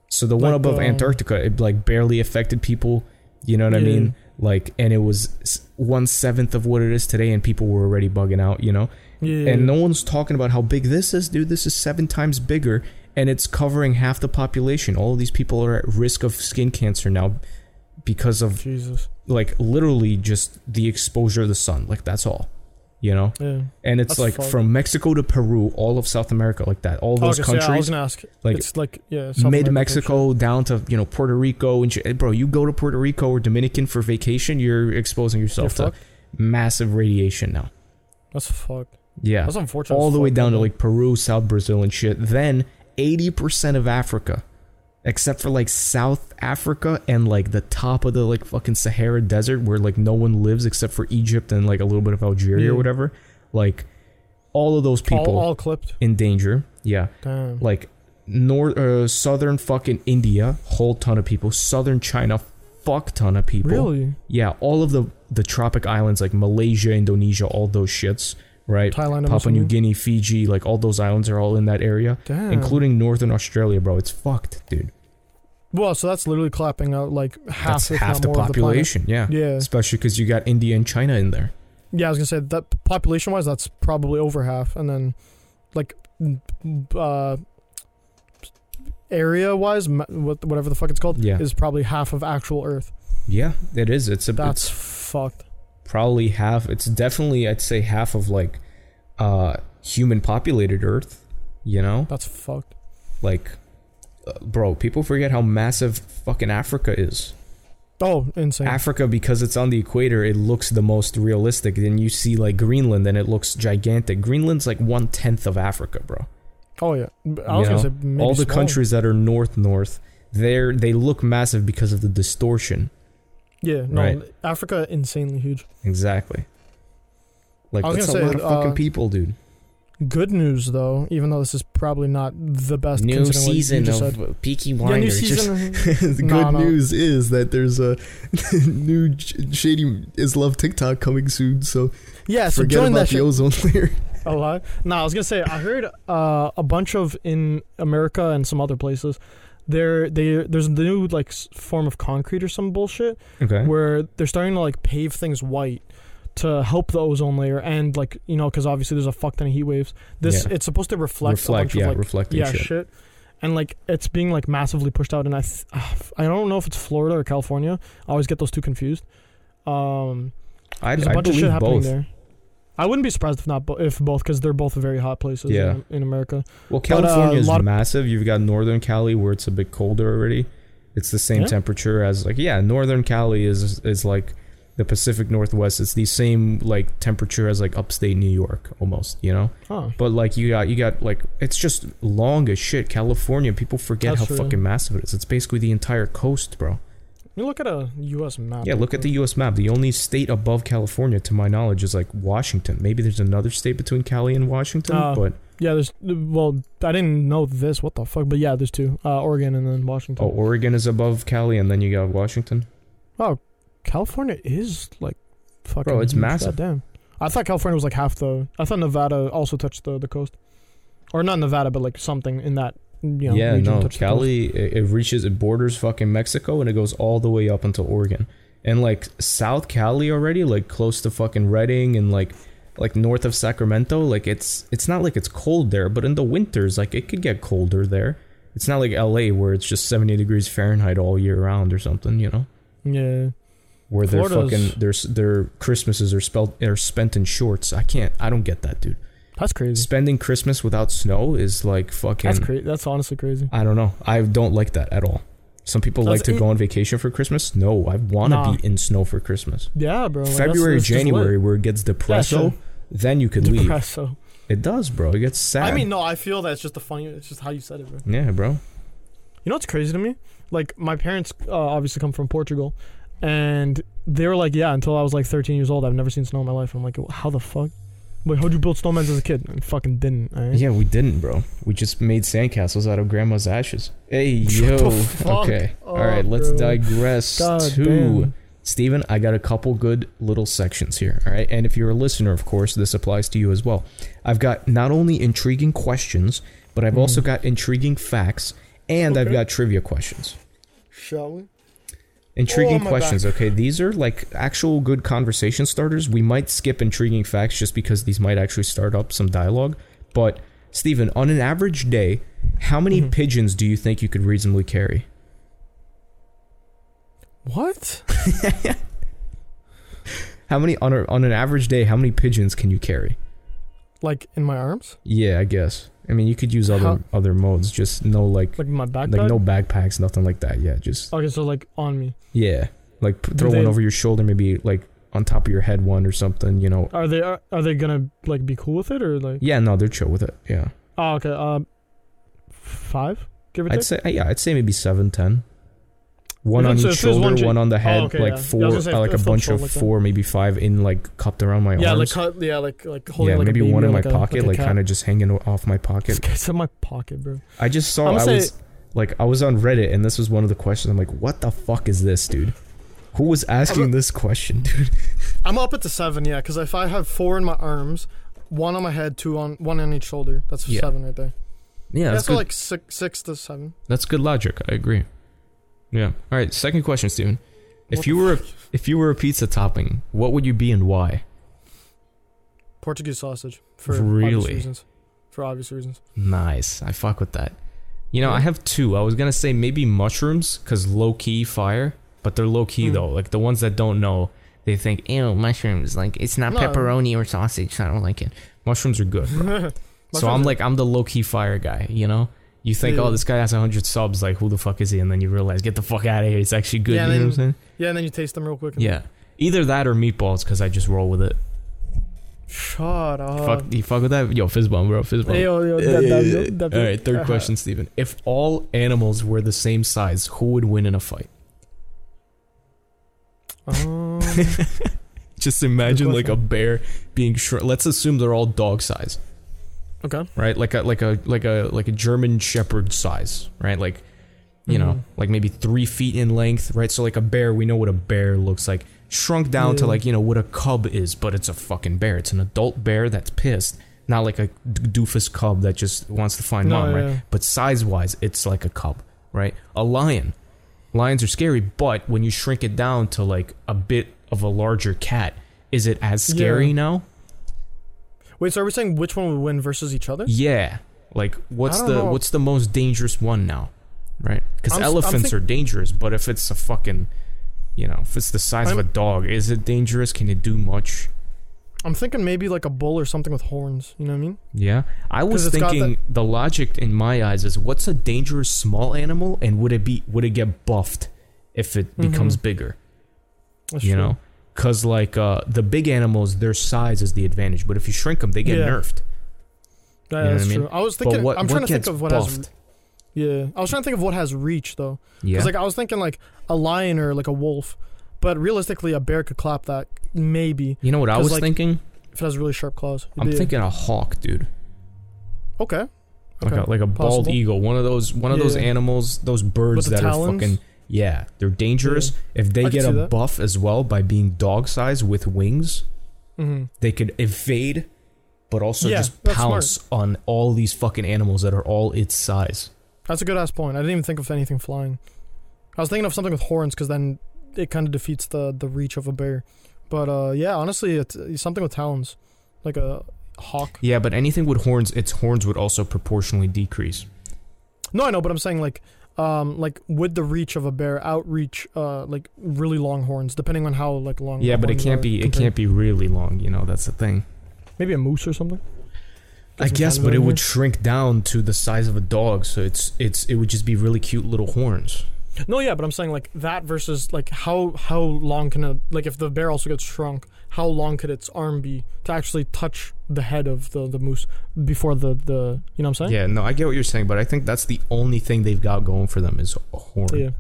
So the one Like, above um, Antarctica, it like barely affected people. You know what I Yeah. mean? Like, and it was one seventh of what it is today, and people were already bugging out. You know, Yeah. and no one's talking about how big this is, dude. This is seven times bigger, and it's covering half the population. All of these people are at risk of skin cancer now because of Jesus. like literally just the exposure of the sun. Like that's all. You know? Yeah. And it's That's like fucked. from Mexico to Peru, all of South America, like that. All those okay, so yeah, I was countries gonna ask. like, it's like yeah, South mid America Mexico down to you know Puerto Rico and shit. bro, you go to Puerto Rico or Dominican for vacation, you're exposing yourself You're to massive radiation now. That's fucked. Yeah, That's unfortunate. all as the way fuck, down to man. like Peru, South Brazil and shit. Then eighty percent of Africa, except for like South Africa and like the top of the like fucking Sahara Desert where like no one lives except for Egypt and like a little bit of Algeria or Yeah. whatever. Like all of those people Mm-hmm. all, all clipped. in danger. Yeah Damn. like north uh, southern fucking India, whole ton of people. Southern China, fuck ton of people. Really? Yeah, all of the the tropic islands like Malaysia, Indonesia, all those shits, right? Thailand, I'm Papua New assuming. Guinea, Fiji, like all those islands are all in that area, Damn. including northern Australia, bro. It's fucked, dude. Well, so that's literally clapping out like half, That's if half not the more of population. yeah. planet. yeah. Especially because you got India and China in there. Yeah, I was gonna say that population wise, that's probably over half, and then like m- m- uh, area wise, what whatever the fuck it's called, Yeah. is probably half of actual Earth. Yeah, it is. It's a That's it's fucked. probably half it's definitely I'd say half of like uh human populated Earth, you know? That's fucked. like uh, bro people forget how massive fucking africa is Oh, insane. africa because it's on the equator it looks the most realistic then you see like greenland and it looks gigantic greenland's like one tenth of africa bro oh yeah, B- I was You gonna say know? maybe all the smaller. countries that are north north they're they look massive because of the distortion Yeah, no, Right. Africa insanely huge. exactly like I was that's a gonna lot say, of fucking uh, people dude Good news though, even though this is probably not the best. new considering what you season just of said. uh, peaky Yeah, new blinders Just- season. the No, good no. news is that there's a new J- shady is love TikTok coming soon. So yeah, so forget join about that the shit. ozone layer. A lot. No, I was gonna say I heard uh, a bunch of in America and some other places. There, they there's the new like s- form of concrete or some bullshit Okay. where they're starting to like pave things white to help the ozone layer and like you know because obviously there's a fuck ton of heat waves. This Yeah. it's supposed to reflect, Reflect, a bunch yeah, of like reflecting yeah shit. and like it's being like massively pushed out. And I th- ah, I don't know if it's Florida or California. I always get those two confused. Um, I, there's a I bunch of shit believe happening both. there. I wouldn't be surprised if not bo- if both because they're both very hot places. Yeah. in, in America. Well, But, uh, California a is lot of- massive. You've got Northern Cali where it's a bit colder already. It's the same Yeah. temperature as like yeah, Northern Cali is is like the Pacific Northwest. It's the same like temperature as like upstate New York almost. You know. Huh. But like you got you got like it's just long as shit. California people forget That's how true. fucking massive it is. It's basically the entire coast, bro. You look at a U.S. map. Yeah, look at the U.S. map. The only state above California, to my knowledge, is like Washington. Maybe there's another state between Cali and Washington, Uh, but Yeah, there's well, I didn't know this. What the fuck? But yeah, there's two: uh, Oregon and then Washington. oh, Oregon is above Cali, and then you got Washington. California is like fucking. Bro, it's huge, massive. Goddamn. I thought California was like half the. I thought Nevada also touched the the coast, or not Nevada, but like something in that. You know, yeah, region no, touched the coast. Cali it, it reaches it borders fucking Mexico, and it goes all the way up until Oregon, and like South Cali already, like close to fucking Redding, and like like north of Sacramento. Like it's it's not like it's cold there, but in the winters, like it could get colder there. It's not like L.A. where it's just seventy degrees Fahrenheit all year round or something, you know. Yeah. where their Florida's- fucking their their Christmases are spelled are spent in shorts. I can't. I don't get that, dude. That's crazy. Spending Christmas without snow is like fucking. That's crazy. That's honestly crazy. I don't know. I don't like that at all. Some people That's like to it- go on vacation for Christmas. No, I want to Nah. be in snow for Christmas. Yeah, bro. like, that's- February, that's just lit. January, where it gets Yeah, depresso, sure. then you could leave. Depresso. It does, bro. It gets sad. I mean, no, I feel that's just the funny. It's just how you said it, bro. yeah, bro. You know what's crazy to me? Like my parents uh, obviously come from Portugal, and they were like, "Yeah." Until I was like 13 years old, I've never seen snow in my life. I'm like, "How the fuck? Like, how'd you build snowmen as a kid?" And fucking didn't. All right? Yeah, we didn't, bro. We just made sandcastles out of grandma's ashes. Hey, Shut yo. the fuck okay. All right, up, let's Oh, bro. digress God to damn. Steven, I got a couple good little sections here, all right? And if you're a listener, of course, this applies to you as well. I've got not only intriguing questions, but Hmm. I've also got intriguing facts and I've got trivia questions. Shall we? Oh, Intriguing my questions, okay? These are like actual good conversation starters. We might skip intriguing facts just because these might actually start up some dialogue, but Steven, on an average day, how many Mm-hmm. pigeons do you think you could reasonably carry? What? How many on a, on an average day? How many pigeons can you carry? Like in my arms? Yeah, I guess. I mean, you could use other How- other modes. Just no like Like in my backpack? like no backpacks, nothing like that. Yeah, just Okay, so like on me. yeah, like p- throw one Oh. they- over your shoulder, maybe like on top of your head one or something. You know. Are they are, are they gonna like be cool with it or like? Yeah, no, they're chill with it. Yeah, Oh, okay. Um, five. Give or take. I'd say yeah, I'd say maybe seven, ten. One on If it's- each if it's shoulder, one one, chi- on the Oh, head, okay, yeah. Yeah, I like was four, gonna say, uh, like a if it's bunch fold of like that. four, maybe five, in like cupped around my Yeah, like arms. cut. Yeah, like like holding yeah, like maybe a baby one or in my like a- pocket, like, like, kind kind of just hanging off my pocket. This guy's in my pocket, bro. I just saw I'ma I say- was like I was on Reddit and this was one of the questions. I'm like, what the fuck is this, dude? Who was asking this question, dude? I'm up at the seven, yeah, because if I have four in my arms, one on my head, two on one on each shoulder, that's Yeah. seven right there. Yeah, that's so like six, six to seven. that's good logic. I agree. Yeah. All right. Second question, Steven. If What you the were if you were a pizza topping, what would you be and why? Portuguese sausage for obvious Really? reasons. For obvious reasons. Nice. I fuck with that. You know, I have two. I was gonna say maybe mushrooms, cause low key fire, but they're low Hmm. key though. Like the ones that don't know, they think, ew, mushrooms. Like it's not No. pepperoni or sausage. I don't like it. Mushrooms are good. Bro. so I'm friends- like, I'm the low key fire guy. You know, you think, Yeah. oh, this guy has hundred subs. Like, who the fuck is he? And then you realize, get the fuck out of here. It's actually good. Yeah, you know then- what I'm saying? Yeah, and then you taste them real quick. And Yeah. Either that or meatballs, cause I just roll with it. Shut up. fuck, you fuck with that, yo, fizz bomb, bro, fizz bomb. Hey, yo, yo, Yeah, that- yeah, that- yeah. that- that- All right, third question, Steven. If all animals were the same size, who would win in a fight? Um, Just imagine Good like a bear being shrunk. Let's assume they're all dog size, okay. right? Like a like a like a like a German Shepherd size, right? Like you Mm-hmm. know, like maybe three feet in length, right? So like a bear, we know what a bear looks like, shrunk down to Yeah. like you know what a cub is, but it's a fucking bear. It's an adult bear that's pissed, not like a d- doofus cub that just wants to find No, mom, right? yeah. But size wise, it's like a cub, right? A lion, lions are scary, but when you shrink it down to like a bit of a larger cat, is it as scary Yeah. now? Wait, so are we saying which one would win versus each other? Yeah. Like what's I don't the know. what's the most dangerous one now? Right? Cuz I'm s- I'm elephants think- are dangerous, but if it's a fucking you know, if it's the size of a I'm- dog, is it dangerous? Can it do much? I'm thinking maybe like a bull or something with horns. You know what I mean? Yeah. I was it's got thinking the logic in my eyes is what's a dangerous small animal and would it be would it get buffed if it becomes bigger? Mm-hmm. That's you true. know because like uh, the big animals their size is the advantage but if you shrink them they get Yeah. nerfed Yeah, you know that's what I mean? true. I was but thinking. what, I'm what trying to gets think of what buffed has. Yeah, I was trying to think of what has reach though. yeah Because like I was thinking like a lion or like a wolf, but realistically a bear could clap that maybe you know what i 'cause, was like, thinking if it has really sharp claws. i'm Yeah. thinking a hawk dude Okay. like a, like a bald Possible. eagle one of those one of those Yeah. animals those birds the that are talons? fucking yeah they're dangerous if they I can get see a that. buff as well by being dog size with wings they could evade but also Mm-hmm. Yeah, just that's smart. pounce on all these fucking animals that are all its size That's a good ass point. I didn't even think of anything flying. I was thinking of something with horns because then it kind of defeats the the reach of a bear. But uh, yeah, honestly, it's it's something with talons, like a hawk. yeah but anything with horns its horns would also proportionally decrease No, I know, but I'm saying like. Um, like would the reach of a bear outreach uh like really long horns depending on how like long Yeah, the but it horns can't are be it compared- can't be really long, you know, that's the thing. maybe a moose or something I some guess, time but it down would here. shrink down to the size of a dog, so it's it's it would just be really cute little horns. No, yeah, but I'm saying like that versus like how how long can a like if the bear also gets shrunk, how long could its arm be to actually touch the head of the the moose before the the you know what I'm saying? Yeah, no, I get what you're saying, but I think that's the only thing they've got going for them is a horn, Yeah.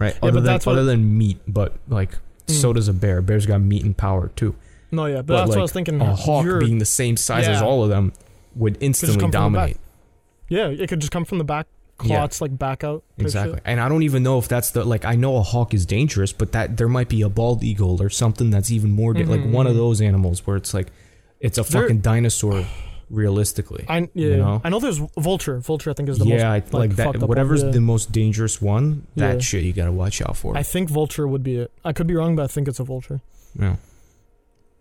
right? but other than that's what- other than meat, but like so does a bear. Bear's got meat and power too. No, yeah, but, But that's like, what I was thinking. A hawk You're- being the same size as Yeah. all of them would instantly come from the back. dominate. yeah, it could just come from the back Yeah. clots like back out. type shit. Exactly. And I don't even know if that's the like I know a hawk is dangerous, but that there might be a bald eagle or something that's even more da- like one of those animals where it's like it's a Mm-hmm. There- fucking dinosaur realistically. I yeah, You know? I know there's vulture. Vulture I think is the yeah, most I, like, fucked up that one, whatever's yeah. the most dangerous one, that Yeah. shit you got to watch out for. I think vulture would be it. I could be wrong, but I think it's a vulture. yeah.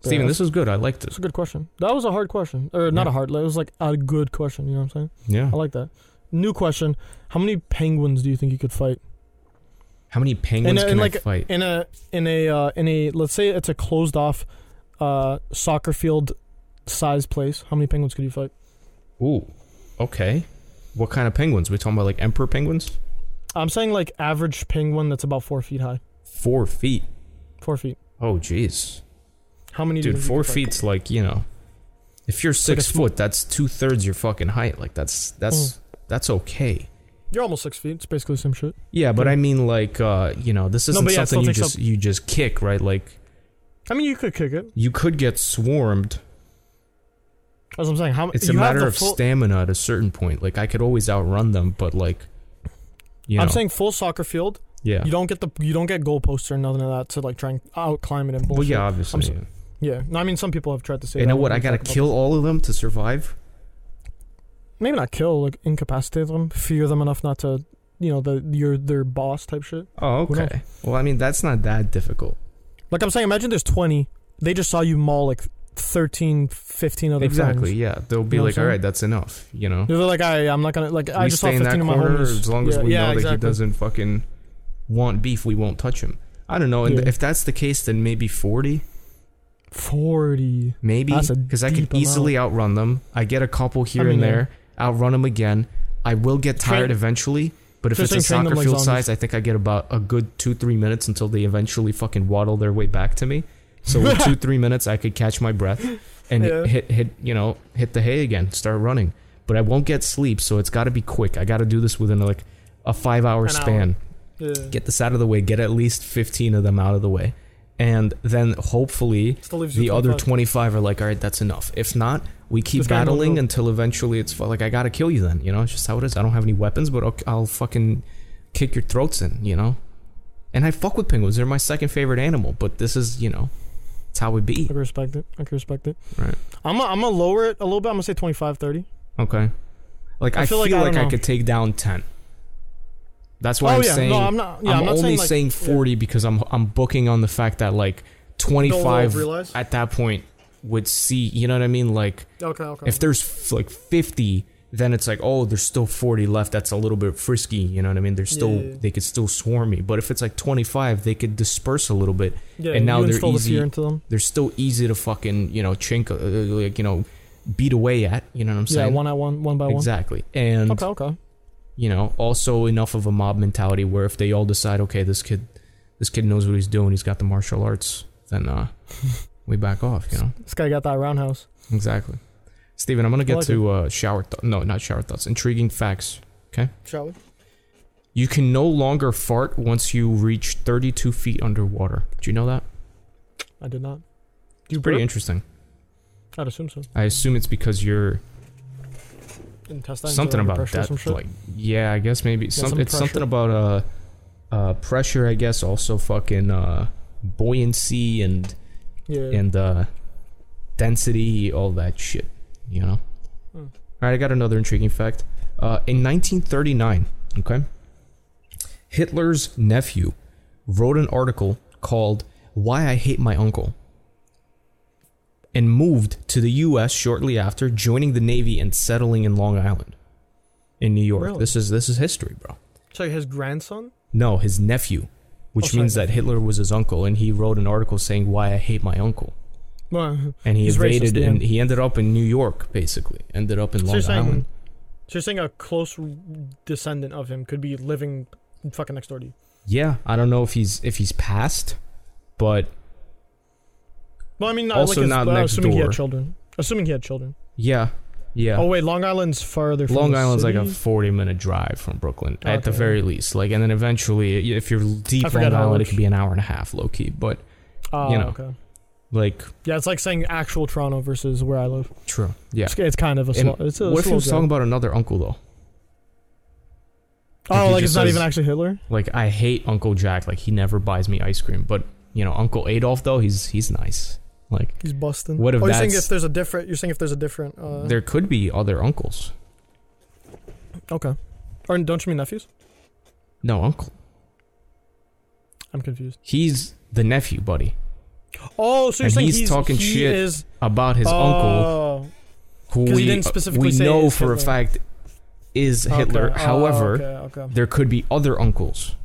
Steven, Yeah. this was good. I liked it. That's a good question. That was a hard question, or not Yeah. a hard. It was like a good question. You know what I'm saying? Yeah. I like that. New question: How many penguins do you think you could fight How many penguins in, a, can in uh, like I fight? in a in a uh, in a let's say it's a closed off uh, soccer field size place? How many penguins could you fight? Ooh. Okay. What kind of penguins? We talking about like emperor penguins? I'm saying like average penguin that's about four feet high. Four feet. Four feet. Oh, jeez. How many? do you Dude, think you four could fight? feet's like you know, if you're like a six sm- foot, that's two thirds your fucking height. Like that's that's Mm. that's okay. You're almost six feet. It's basically the same shit. Yeah, but I mean, like, uh, you know, this Mm. No, isn't but yeah, it something still you takes just you just kick, right? Like, I mean, you could kick it. you could get swarmed. That's what I'm saying. How It's a you have matter the of full- stamina at a certain point. Like, I could always outrun them, but like, you know, I'm saying full soccer field. yeah, You don't get the you don't get goalposts or nothing of that to like try and out climb it and Well, bullshit. yeah, I'm obviously. so- yeah. yeah. No, I mean some people have tried to say. you that know what? when I we gotta talk about kill this. all of them to survive. Maybe not kill, like incapacitate them, fear them enough not to, you know, the your their boss type shit. Oh, Who knows? okay. Well, I mean, that's not that difficult. Like I'm saying, imagine there's 20. They just saw you maul like 13, 15 other exactly. friends. Yeah, they'll be You know like, what I'm all saying? right, that's enough. You know, They're like, I, I'm not gonna like. I we just saw stay in 15 that of my corner homies. as long as yeah, we yeah, know exactly. that he doesn't fucking want beef. We won't touch him. I don't know. And Yeah. if that's the case, then maybe forty. 40. Maybe That's a because I deep could amount. easily outrun them. I get a couple here mean, and yeah. there, outrun them again. I will get Train- tired eventually, but if Just it's a saying train them soccer like field zombies. size, I think I get about a good two three minutes until they eventually fucking waddle their way back to me. So in two three minutes, I could catch my breath and Yeah. hit hit you know hit the hay again, start running. But I won't get sleep, so it's got to be quick. I got to do this within like a five hour An hour. span Yeah. get this out of the way, get at least 15 of them out of the way. And then hopefully Still leaves you the other 25. 25 are like, all right, that's enough. If not, we keep This guy won't battling go. until eventually it's fu- like, I gotta kill you then. You know, it's just how it is. I don't have any weapons, but I'll, I'll fucking kick your throats in, you know? And I fuck with penguins. They're my second favorite animal, but this is, you know, it's how we I be. can respect it. I can respect it. Right. I'm gonna I'm gonna lower it a little bit. I'm gonna say 25, 30. Okay. Like, I, feel, like, I, don't know. could take down 10. That's why Oh, I'm yeah. No, saying I'm not- yeah, I'm not only saying, like- yeah. 40 because I'm I'm booking on the fact that like They'll 25 realize? at that point would see, you know what I mean? Like Okay, okay. if there's f- like 50, then it's like, "Oh, there's still 40 left. That's a little bit frisky." You know what I mean? They're still Yeah. they could still swarm me. But if it's like 25, they could disperse a little bit yeah, and now you they're install the easy fear into them. they're still easy to fucking, you know, chink uh, uh, like, you know, beat away at, you know what I'm Yeah, saying? one at one, one by one. Exactly. And Okay, okay. you know, also enough of a mob mentality where if they all decide, okay, this kid, this kid knows what he's doing, he's got the martial arts, then uh, we back off. You know, This guy got that roundhouse. exactly. Steven, I'm gonna get like to uh, shower. Th- no, not shower thoughts. Intriguing facts. Shall we? You can no longer fart once you reach 32 feet underwater. Do you know that? I did not. It's pretty burp? interesting. I'd assume so. I assume it's because you're Intestines something are under about pressure or that. some shit. like, yeah, I guess maybe some, some it's something pressure. about uh, uh, pressure. I guess also fucking uh, buoyancy and yeah. and uh, density, all that shit. You know. Hmm. All right, I got another intriguing fact. Uh, in 1939, okay, Hitler's nephew wrote an article called "Why I Hate My Uncle." And moved to the U.S. shortly after, joining the Navy and settling in Long Island, in New York. Really? This is this is history, bro. so his grandson? No, his nephew, Oh, which sorry, means that Hitler was his uncle, and he wrote an article saying "Why I Hate My Uncle." Well, and he he's evaded racist, and yeah. he ended up in New York basically ended up in So Long you're saying- Island So you're saying a close descendant of him could be living fucking next door to you? yeah I don't know if he's if he's passed but Well, I mean, I like Also his, not uh, next assuming he door. had children. Assuming he had children. yeah yeah Oh wait, Long Island's farther. From Long the Island's like a city? 40 minute drive from Brooklyn at the Okay. very least like and then eventually if you're deep Long forgot how Island it much. could be an hour and a half low key but Ah, you know. Okay. like Yeah, it's like saying actual Toronto versus where I live. true yeah It's, it's kind of a. And Slow, it's a what if he slow was drive. talking about another uncle though if Oh, he like it's just not says- even actually Hitler. like I hate Uncle Jack like he never buys me ice cream but you know Uncle Adolf though he's he's nice like He's busting. What if oh, you're saying that's- if there's a different? You're saying if there's a different? Uh, there could be other uncles okay. Or don't you mean nephews? no uncle I'm confused. He's the nephew, buddy. Oh, so you're and saying he's, he's talking he shit is, about his uncle, Oh, who 'cause we, he didn't specifically we say know it's for a Hitler. fact is Hitler. okay. Oh, However, okay, okay. there could be other uncles.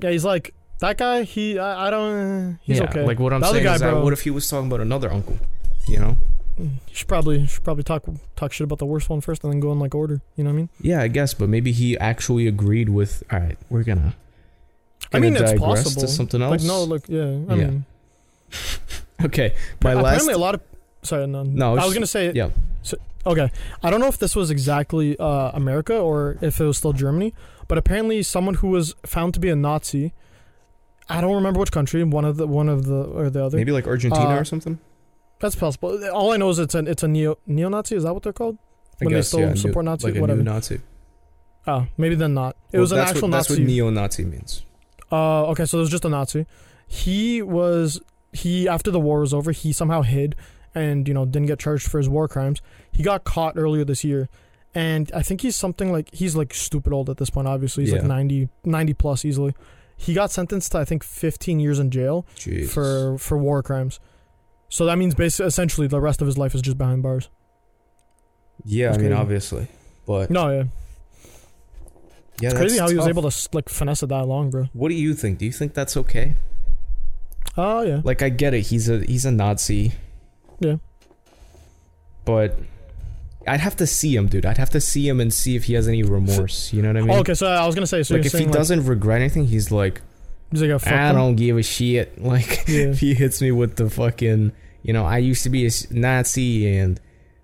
yeah, he's like that guy. He, I, I don't. He's yeah, okay. like what I'm the saying other guy, is that bro. what if he was talking about another uncle? You know? you should probably should probably talk talk shit about the worst one first, and then go in like order. You know what I mean? Yeah, I guess, but maybe he actually agreed with. All right, we're gonna. I gonna mean, it's digress possible. To something else. Like no, like yeah. I Yeah. mean, Okay, my last. apparently a lot of. Sorry, no. No, I it's- was gonna say Yeah, Okay, I don't know if this was exactly uh, America or if it was still Germany, but apparently someone who was found to be a Nazi, I don't remember which country, one of the one of the or the other. maybe like Argentina uh, or something. That's possible. All I know is it's an it's a neo neo Nazi. Is that what they're called? I when they guess, still yeah, new- support Nazi, like whatever. a new Nazi. Oh, maybe then not. It was an that's actual what, Nazi. That's what neo-Nazi means. Uh, okay, so there's just a Nazi. He was he after the war was over, he somehow hid and you know didn't get charged for his war crimes. He got caught earlier this year, and I think he's something like he's like stupid old at this point. Obviously, he's like Yeah. 90, 90 plus easily. He got sentenced to I think fifteen years in jail Jesus. for for war crimes. So that means basically essentially the rest of his life is just behind bars. yeah, I That's mean crazy. obviously, but No, yeah, yeah, it's that's crazy how he was tough. able to s- like finesse it that long, bro. What do you think? Do you think that's okay? Oh yeah, Like I get it. He's a he's a Nazi, yeah. but I'd have to see him, dude. I'd have to see him and see if he has any remorse. You know what I mean? Oh, okay, so I was gonna say, so like you're if he saying, like, doesn't regret anything, he's like, "Ah, he's like a fuck I them? don't give a shit. Like Yeah. if he hits me with the fucking, you know, I used to be a s- Nazi and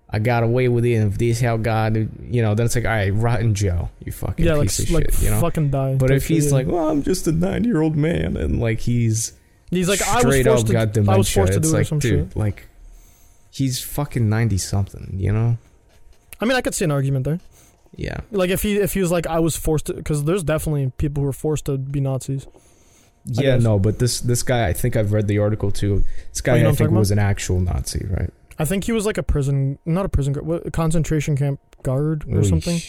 I got away with it. And if this how God, you know, then it's like, all right, rot in jail, you fucking yeah, like, piece s- of like shit, you know. fucking die. But Type if shit, he's yeah. like, well, I'm just a nine year old man, and like he's he's like, I was straight forced up to, got I was dementia, forced to it's do it or like, some dude, shit. like he's fucking ninety something, you know? I mean, I could see an argument there. Yeah, Like if he if he was like, I was forced to, because there's definitely people who are forced to be Nazis. yeah, guess. no, but this this guy, I think I've read the article too. This guy, you I know what I'm think, talking was an actual Nazi, right? I think he was like a prison, not a prison guard, what, a concentration camp guard or Ooh, something.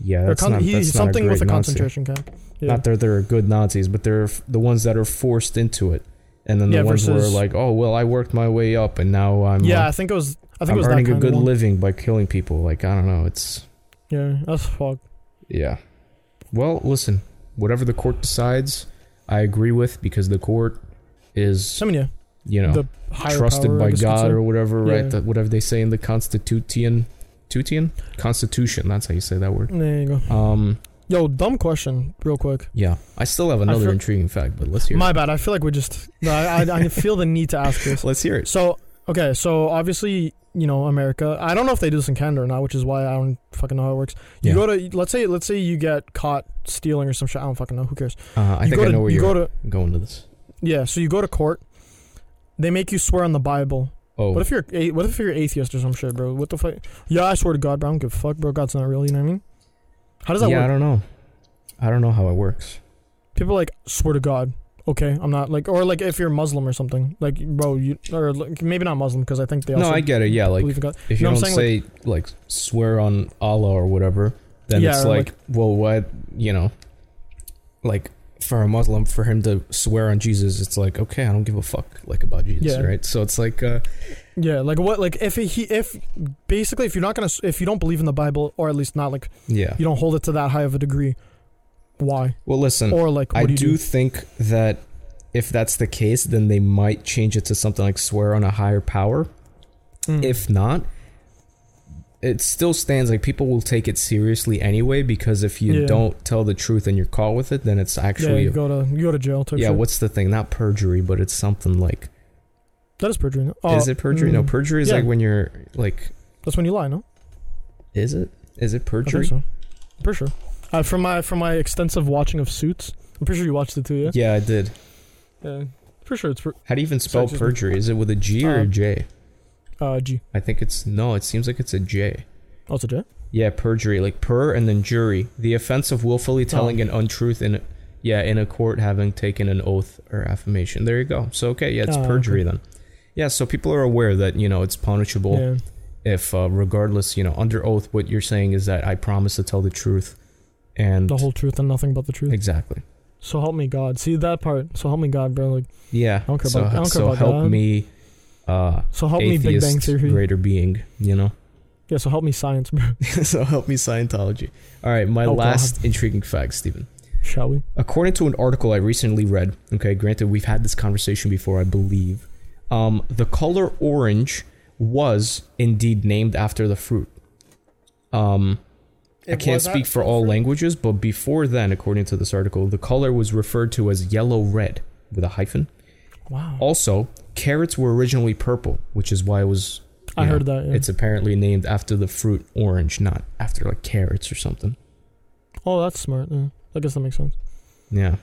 Yeah, Or that's con- not he, that's something not a with a great Nazi. concentration camp. Yeah. Not that they're good Nazis, but they're f- the ones that are forced into it, and then the Yeah, ones who are versus- like, oh well, I worked my way up, and now I'm yeah, uh, I think it was. I think I'm it was that earning kind a good of one. living by killing people. Like I don't know, it's Yeah, that's fucked. Yeah. Well, listen, whatever the court decides, I agree with because the court is, I mean, yeah, you know, the higher trusted power, I by guess you could God say. or whatever, right? Yeah. That whatever they say in the Constitution, Tutian? Constitution, that's how you say that word. There you go. Um, Yo, dumb question, real quick. yeah. I still have another feel- intriguing fact, but let's hear My it. bad. I feel like we just. no, I, I, I feel the need to ask this. Let's hear it. So okay, so obviously you know America. I don't know if they do this in Canada or not, which is why I don't fucking know how it works. You Yeah. go to let's say let's say you get caught stealing or some shit. I don't fucking know. Who cares? Uh, I you think go I to, know where you you are go to going to this. yeah. So you go to court. They make you swear on the Bible. Oh, What if you're a- what if you're atheist or some shit, bro? What the fuck? Yeah, I swear to God, bro. I don't give a fuck, bro. God's not real. You know what I mean? How does that yeah, I work? don't know. I don't know how it works. People like swear to God. Okay, I'm not like or like if you're Muslim or something, like bro, you or like, maybe not Muslim because I think they also No, I get it. Yeah, like believe in God. if you No, I'm don't say saying, like, swear on Allah or whatever, then Yeah, it's or, like, like- well, what you know, like for a Muslim, for him to swear on Jesus, it's like okay, I don't give a fuck like about Jesus, Yeah. right? So it's like, uh, Yeah, like what? Like if he, if basically, if you're not gonna, s- if you don't believe in the Bible, or at least not like yeah. you don't hold it to that high of a degree, why? Well, listen, Or like, what Hmm. I do do, you do? think that if that's the case, then they might change it to something like swear on a higher power. Mm. If not, it still stands like people will take it seriously anyway because if you Yeah. don't tell the truth and you're caught with it, then it's yeah, actually you a go to you go to jail. Type yeah, shit. what's the thing? Not perjury, but it's something like that is perjury? no? Oh, is it perjury? No, mm, perjury is yeah. like when you're like that's when you lie. No, is it? Is it I think perjury? so. I'm pretty sure. Uh, from my from my extensive watching of Suits, I'm pretty sure you watched it too. Yeah, yeah. I did. yeah. For sure, it's per, How do you even spell just- perjury? Is it with a G or a Uh, J? uh G. I think it's no, it seems like it's a J. Oh, it's a J. Yeah, perjury, like per and then jury. The offense of willfully Oh. telling an untruth in yeah, in a court having taken an oath or affirmation. There you go. So okay, yeah, it's Oh, okay. perjury then. Yeah, so people are aware that, you know, it's punishable. Yeah, if uh, regardless you know under oath what you're saying is that i promise to tell the truth and the whole truth and nothing but the truth. exactly So help me God. See that part. So help me God, bro. Like yeah don't care so, about- I don't care so about help that. me uh, So help me, Big atheist Bang Theory. greater being, you know? Yeah, so help me, science, bro. so help me, Scientology. All right, my Oh, God. last intriguing fact, Stephen. Shall we? According to an article I recently read, okay, granted, we've had this conversation before, I believe. Um, the color orange was indeed named after the fruit. Um, I can't speak for all languages, but before then, according to this article, the color was referred to as yellow red with a hyphen. Oh. Wow. Also, carrots were originally purple, which is why it was. I you heard that, yeah. It's apparently named after the fruit orange, not after like carrots or something. Oh, that's smart. Yeah. I guess that makes sense. Yeah.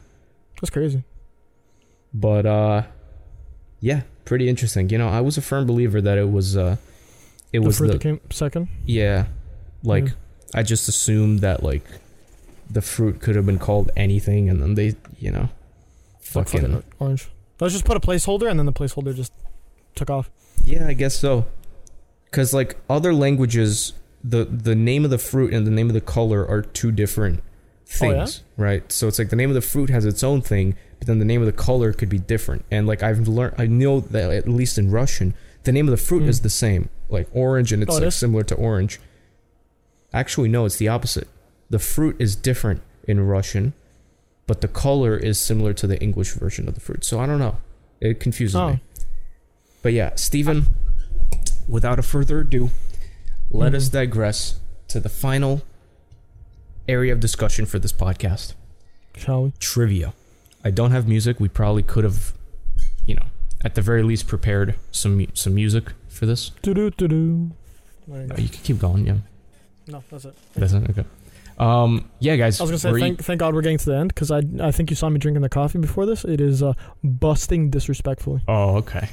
That's crazy. but uh yeah pretty interesting you know i was a firm believer that it was uh it The was fruit the that came second. yeah like Yeah. i just assumed that like the fruit could have been called anything and then they you know Like, fucking, orange. Let's just put a placeholder, and then the placeholder just took off. yeah i guess so because like other languages the the name of the fruit and the name of the color are two different Oh, yeah? things right so it's like the name of the fruit has its own thing but then the name of the color could be different and like i've learned i know that at least in russian the name of the fruit is the same like orange and it's Hmm. Oh, it like is? similar to orange actually no it's the opposite the fruit is different in russian but the color is similar to the english version of the fruit so i don't know it confuses Oh. me but yeah stephen without a further ado let us digress to the final area of discussion for this podcast Shall we? trivia. I don't have music. We probably could have, you know, at the very least prepared some mu- some music for this. Do do do do. Uh, You can keep going, yeah. No, that's it. That's it. Okay. Um, yeah, guys. I was gonna say we're thank, thank God we're getting to the end because I I think you saw me drinking the coffee before this. It is uh, busting disrespectfully. oh, okay.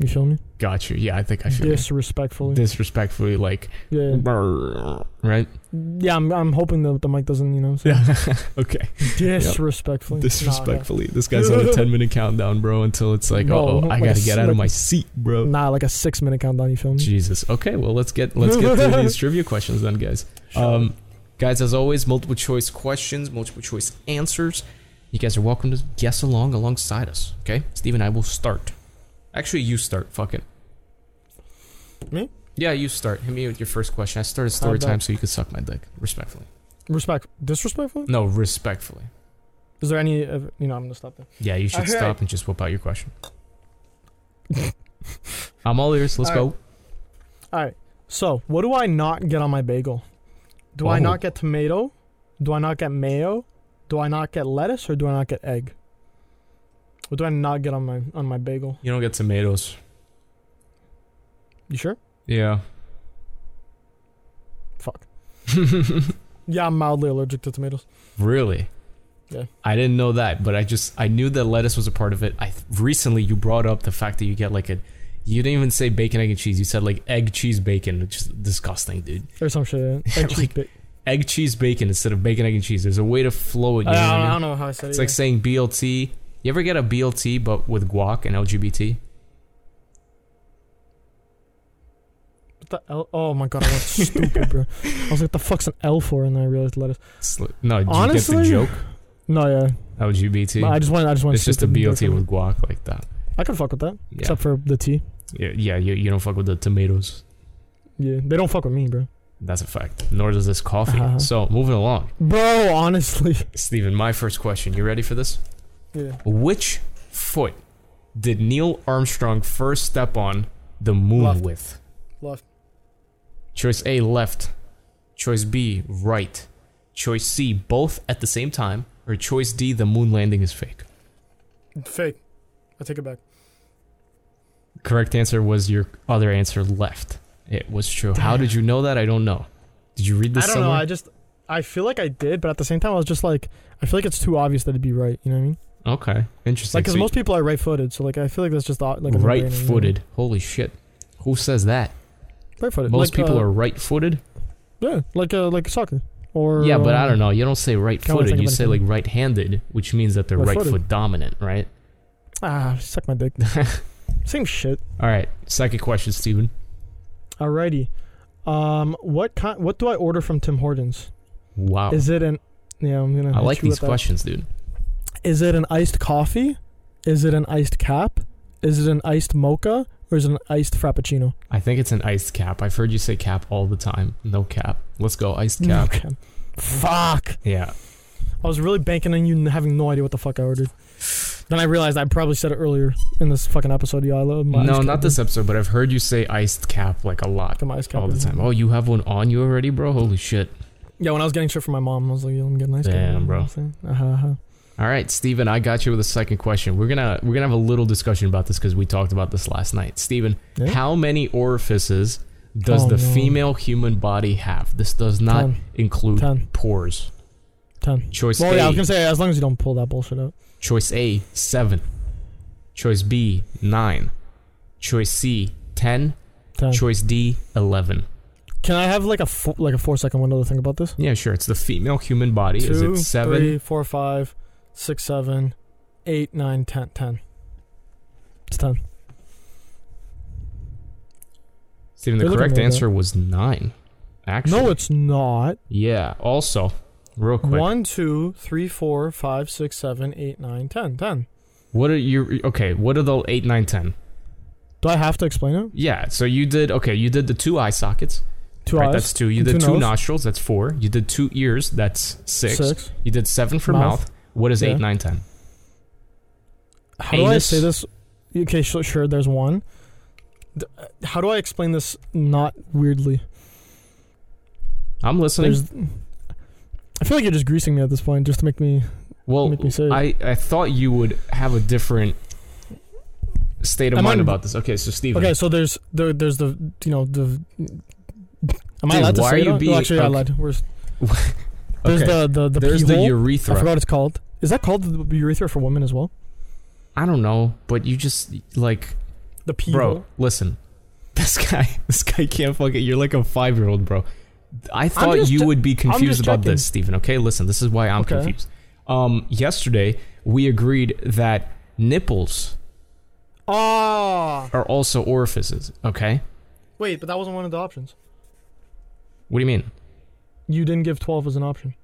You feel me? Got you. Yeah, I think I should Disrespectfully. disrespectfully like, yeah, yeah. right? yeah. I'm I'm hoping that the mic doesn't you know say Yeah. okay. disrespectfully. Nah, yeah. Disrespectfully. This guy's on a ten minute countdown, bro. Until it's like, Bro, oh, like I a gotta get out of slick- my seat, bro. Nah, like a six minute countdown. You feel me? Jesus. Okay, well let's get let's get through these trivia questions then, guys. Um, guys, as always, multiple choice questions, multiple choice answers. You guys are welcome to guess along alongside us. Okay, Steve and I will start. Actually, you start. Fuck it. Me? Yeah, you start. Hit me with your first question. I started story bet. time, so you could suck my dick respectfully. Respect. Disrespectfully? No, respectfully. Is there any? of- You know, I'm gonna stop there. Yeah, you should Alright. stop and just whip out your question. I'm all ears. Let's go. All right. So, what do I not get on my bagel? Do I Oh. not get tomato? Do I not get mayo? Do I not get lettuce or do I not get egg? What do I not get on my on my bagel? You don't get tomatoes. You sure? Yeah. Fuck. yeah, I'm mildly allergic to tomatoes. Really? Yeah. I didn't know that, but I just I knew that lettuce was a part of it. I recently you brought up the fact that you get like a you didn't even say bacon, egg, and cheese. You said like egg, cheese, bacon. It's just disgusting, dude. Or some shit. yeah. Egg, cheese, Like, bit- Egg, cheese, bacon instead of bacon, egg, and cheese. There's a way to flow it. You I, know what I Uh, I, mean? don't know how I said It's it. like saying BLT. You ever get a BLT but with guac and LGBT? What the L? Oh my god, I was stupid, bro. I was like, the fuck's an L for? And then I realized lettuce. It's li- No, did you Honestly, get the joke? No, yeah. LGBT. I just want. I just want. it's just a stupid and BLT different. with guac like that. I could fuck with that, Yeah. except for the tea. yeah, yeah you, you don't fuck with the tomatoes. Yeah, they don't fuck with me, bro. That's a fact. Nor does this coffee. Uh-huh. So moving along. Bro, honestly. Steven, my first question. You ready for this? Yeah. Which foot did Neil Armstrong first step on the moon Left. with? Left. Choice A, left. Choice B, right. Choice C, both at the same time. Or choice D, the moon landing is fake. Fake. I take it back. Correct answer was your other answer, left. It was true. How did you know that? I don't know. Did you read I this don't know. somewhere? I just I feel like I did, but at the same time, I was just like, I feel like it's too obvious that it'd be right. You know what I mean? okay, interesting. Like, because So most people are right-footed, so like I feel like that's just the, like a no-brainer, you know? right-footed. Holy shit! Who says that? Right-footed. Most Like, people uh, are right-footed. yeah, like uh, like soccer or Yeah, but I um, don't know. You don't say Can't really right-footed. think You of say like anything. right-handed, which means that they're right Left-footed. foot dominant, right? Ah, suck my dick. same shit. All right. Second question, Steven. Alrighty. Um, what kind? What do I order from Tim Hortons? Wow. Is it an yeah? I'm gonna. Oh. I hit like you these with that. questions, dude. Is it an iced coffee? Is it an iced cap? Is it an iced mocha? or is it an iced frappuccino? I think it's an iced cap. I've heard you say cap all the time. No cap. Let's go iced No, cap. okay. Fuck! Yeah. I was really banking on you n- having no idea what the fuck I ordered. Then I realized I probably said it earlier in this fucking episode. Yeah, I love my no, iced not cap. this episode, but I've heard you say iced cap like a lot Fucking iced cap, all the yeah. time. Oh, you have one on you already, bro? Holy shit. Yeah, when I was getting shit from my mom, I was like, "Yo, I'm getting ice Damn, cream." bro. Uh huh. Uh-huh. All right, Steven, I got you with a second question. We're gonna we're gonna have a little discussion about this because we talked about this last night. Steven, Yeah? how many orifices does Oh, the no. female human body have? This does not Ten. include Ten. pores. Ten. Choice Well, A. yeah, I was gonna say as long as you don't pull that bullshit out. Choice A, seven. Choice B, nine. Choice C, ten. Ten. Choice D, eleven. Can I have like a fo- like a four second window to think about this? Yeah, sure. It's the female human body. Is Two, it seven? three, four, five, six, seven, eight, nine, ten, ten. It's ten. Steven, the They're looking correct like that. answer was nine. Actually, No, it's not. yeah. Also, real quick, One, two, three, four, five, six, seven, eight, nine, ten, ten. what are you? Okay, what are the eight, nine, ten? Do I have to explain it? Yeah. So you did okay. You did the two eye sockets. Two right, eyes. that's two. You and did two nose. nostrils. That's four. You did two ears. That's six. Six. You did seven for mouth. Mouth. What is Yeah. eight, nine, ten? How do I Anus. say this? Okay, sure, sure there's one. D- uh, How do I explain this not weirdly? I'm listening. There's. I feel like you're just greasing me at this point, just to make me. Well, Make me say it. I, I thought you would have a different state of Am I- mind about this. Okay, so Steven. Okay, so there's there, there's the you know the. Am I Dude, allowed to why say are it? you No, being- actually, I okay. lied. We're, there's Okay. the the the There's pee the hole. urethra. I forgot what it's called. Is that called the urethra for women as well? I don't know, but you just like The pee bro, hole. listen. This guy this guy can't fucking you're like a five year old bro. I thought just you che- would be I'm confused just about checking. this, Steven. Okay, listen, this is why I'm Okay. confused. Um yesterday we agreed that nipples Ah, are also orifices, okay? wait, but that wasn't one of the options. What do you mean? You didn't give twelve as an option.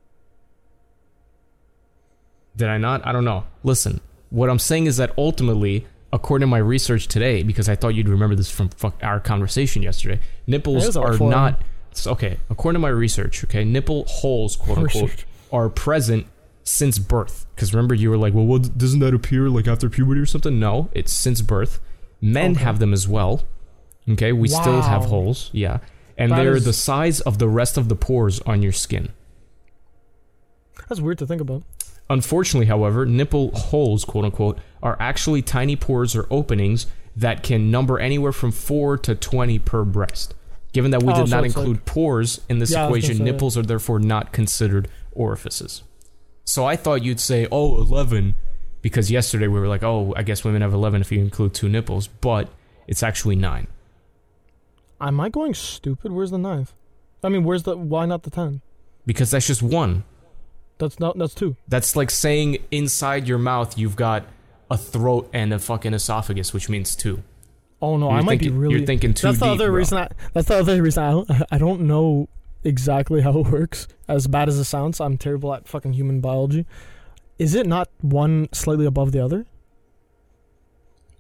Did I not? I don't know. Listen, what I'm saying is that ultimately, according to my research today, because I thought you'd remember this from fuck our conversation yesterday, It nipples is our are forum. not. it's Okay, according to my research, okay, nipple holes, quote unquote, Research. are present since birth. Because remember, you were like, well, what, doesn't that appear like after puberty or something? No, it's since birth. Men have them as well. Okay, we still have Wow. holes. Yeah. And That they're is- the size of the rest of the pores on your skin. That's weird to think about. Unfortunately, however, nipple holes, quote unquote, are actually tiny pores or openings that can number anywhere from 4 to 20 per breast. Given that we Oh, did so not it's like- include pores in this Yeah, I was gonna equation, say, yeah. nipples are therefore not considered orifices. So I thought you'd say, oh, 11, because yesterday we were like, oh, I guess women have 11 if you include two nipples, but it's actually 9. Am I going stupid? Where's the ninth? I mean, where's the why not the ten? Because that's just one. That's not that's two. That's like saying inside your mouth you've got a throat and a fucking esophagus, which means two. Oh no, You're I might thinking- be really. you're thinking too That's the deep, other bro. reason. I, that's the other reason. I don't, I don't know exactly how it works. As bad as it sounds, I'm terrible at fucking human biology. Is it not one slightly above the other?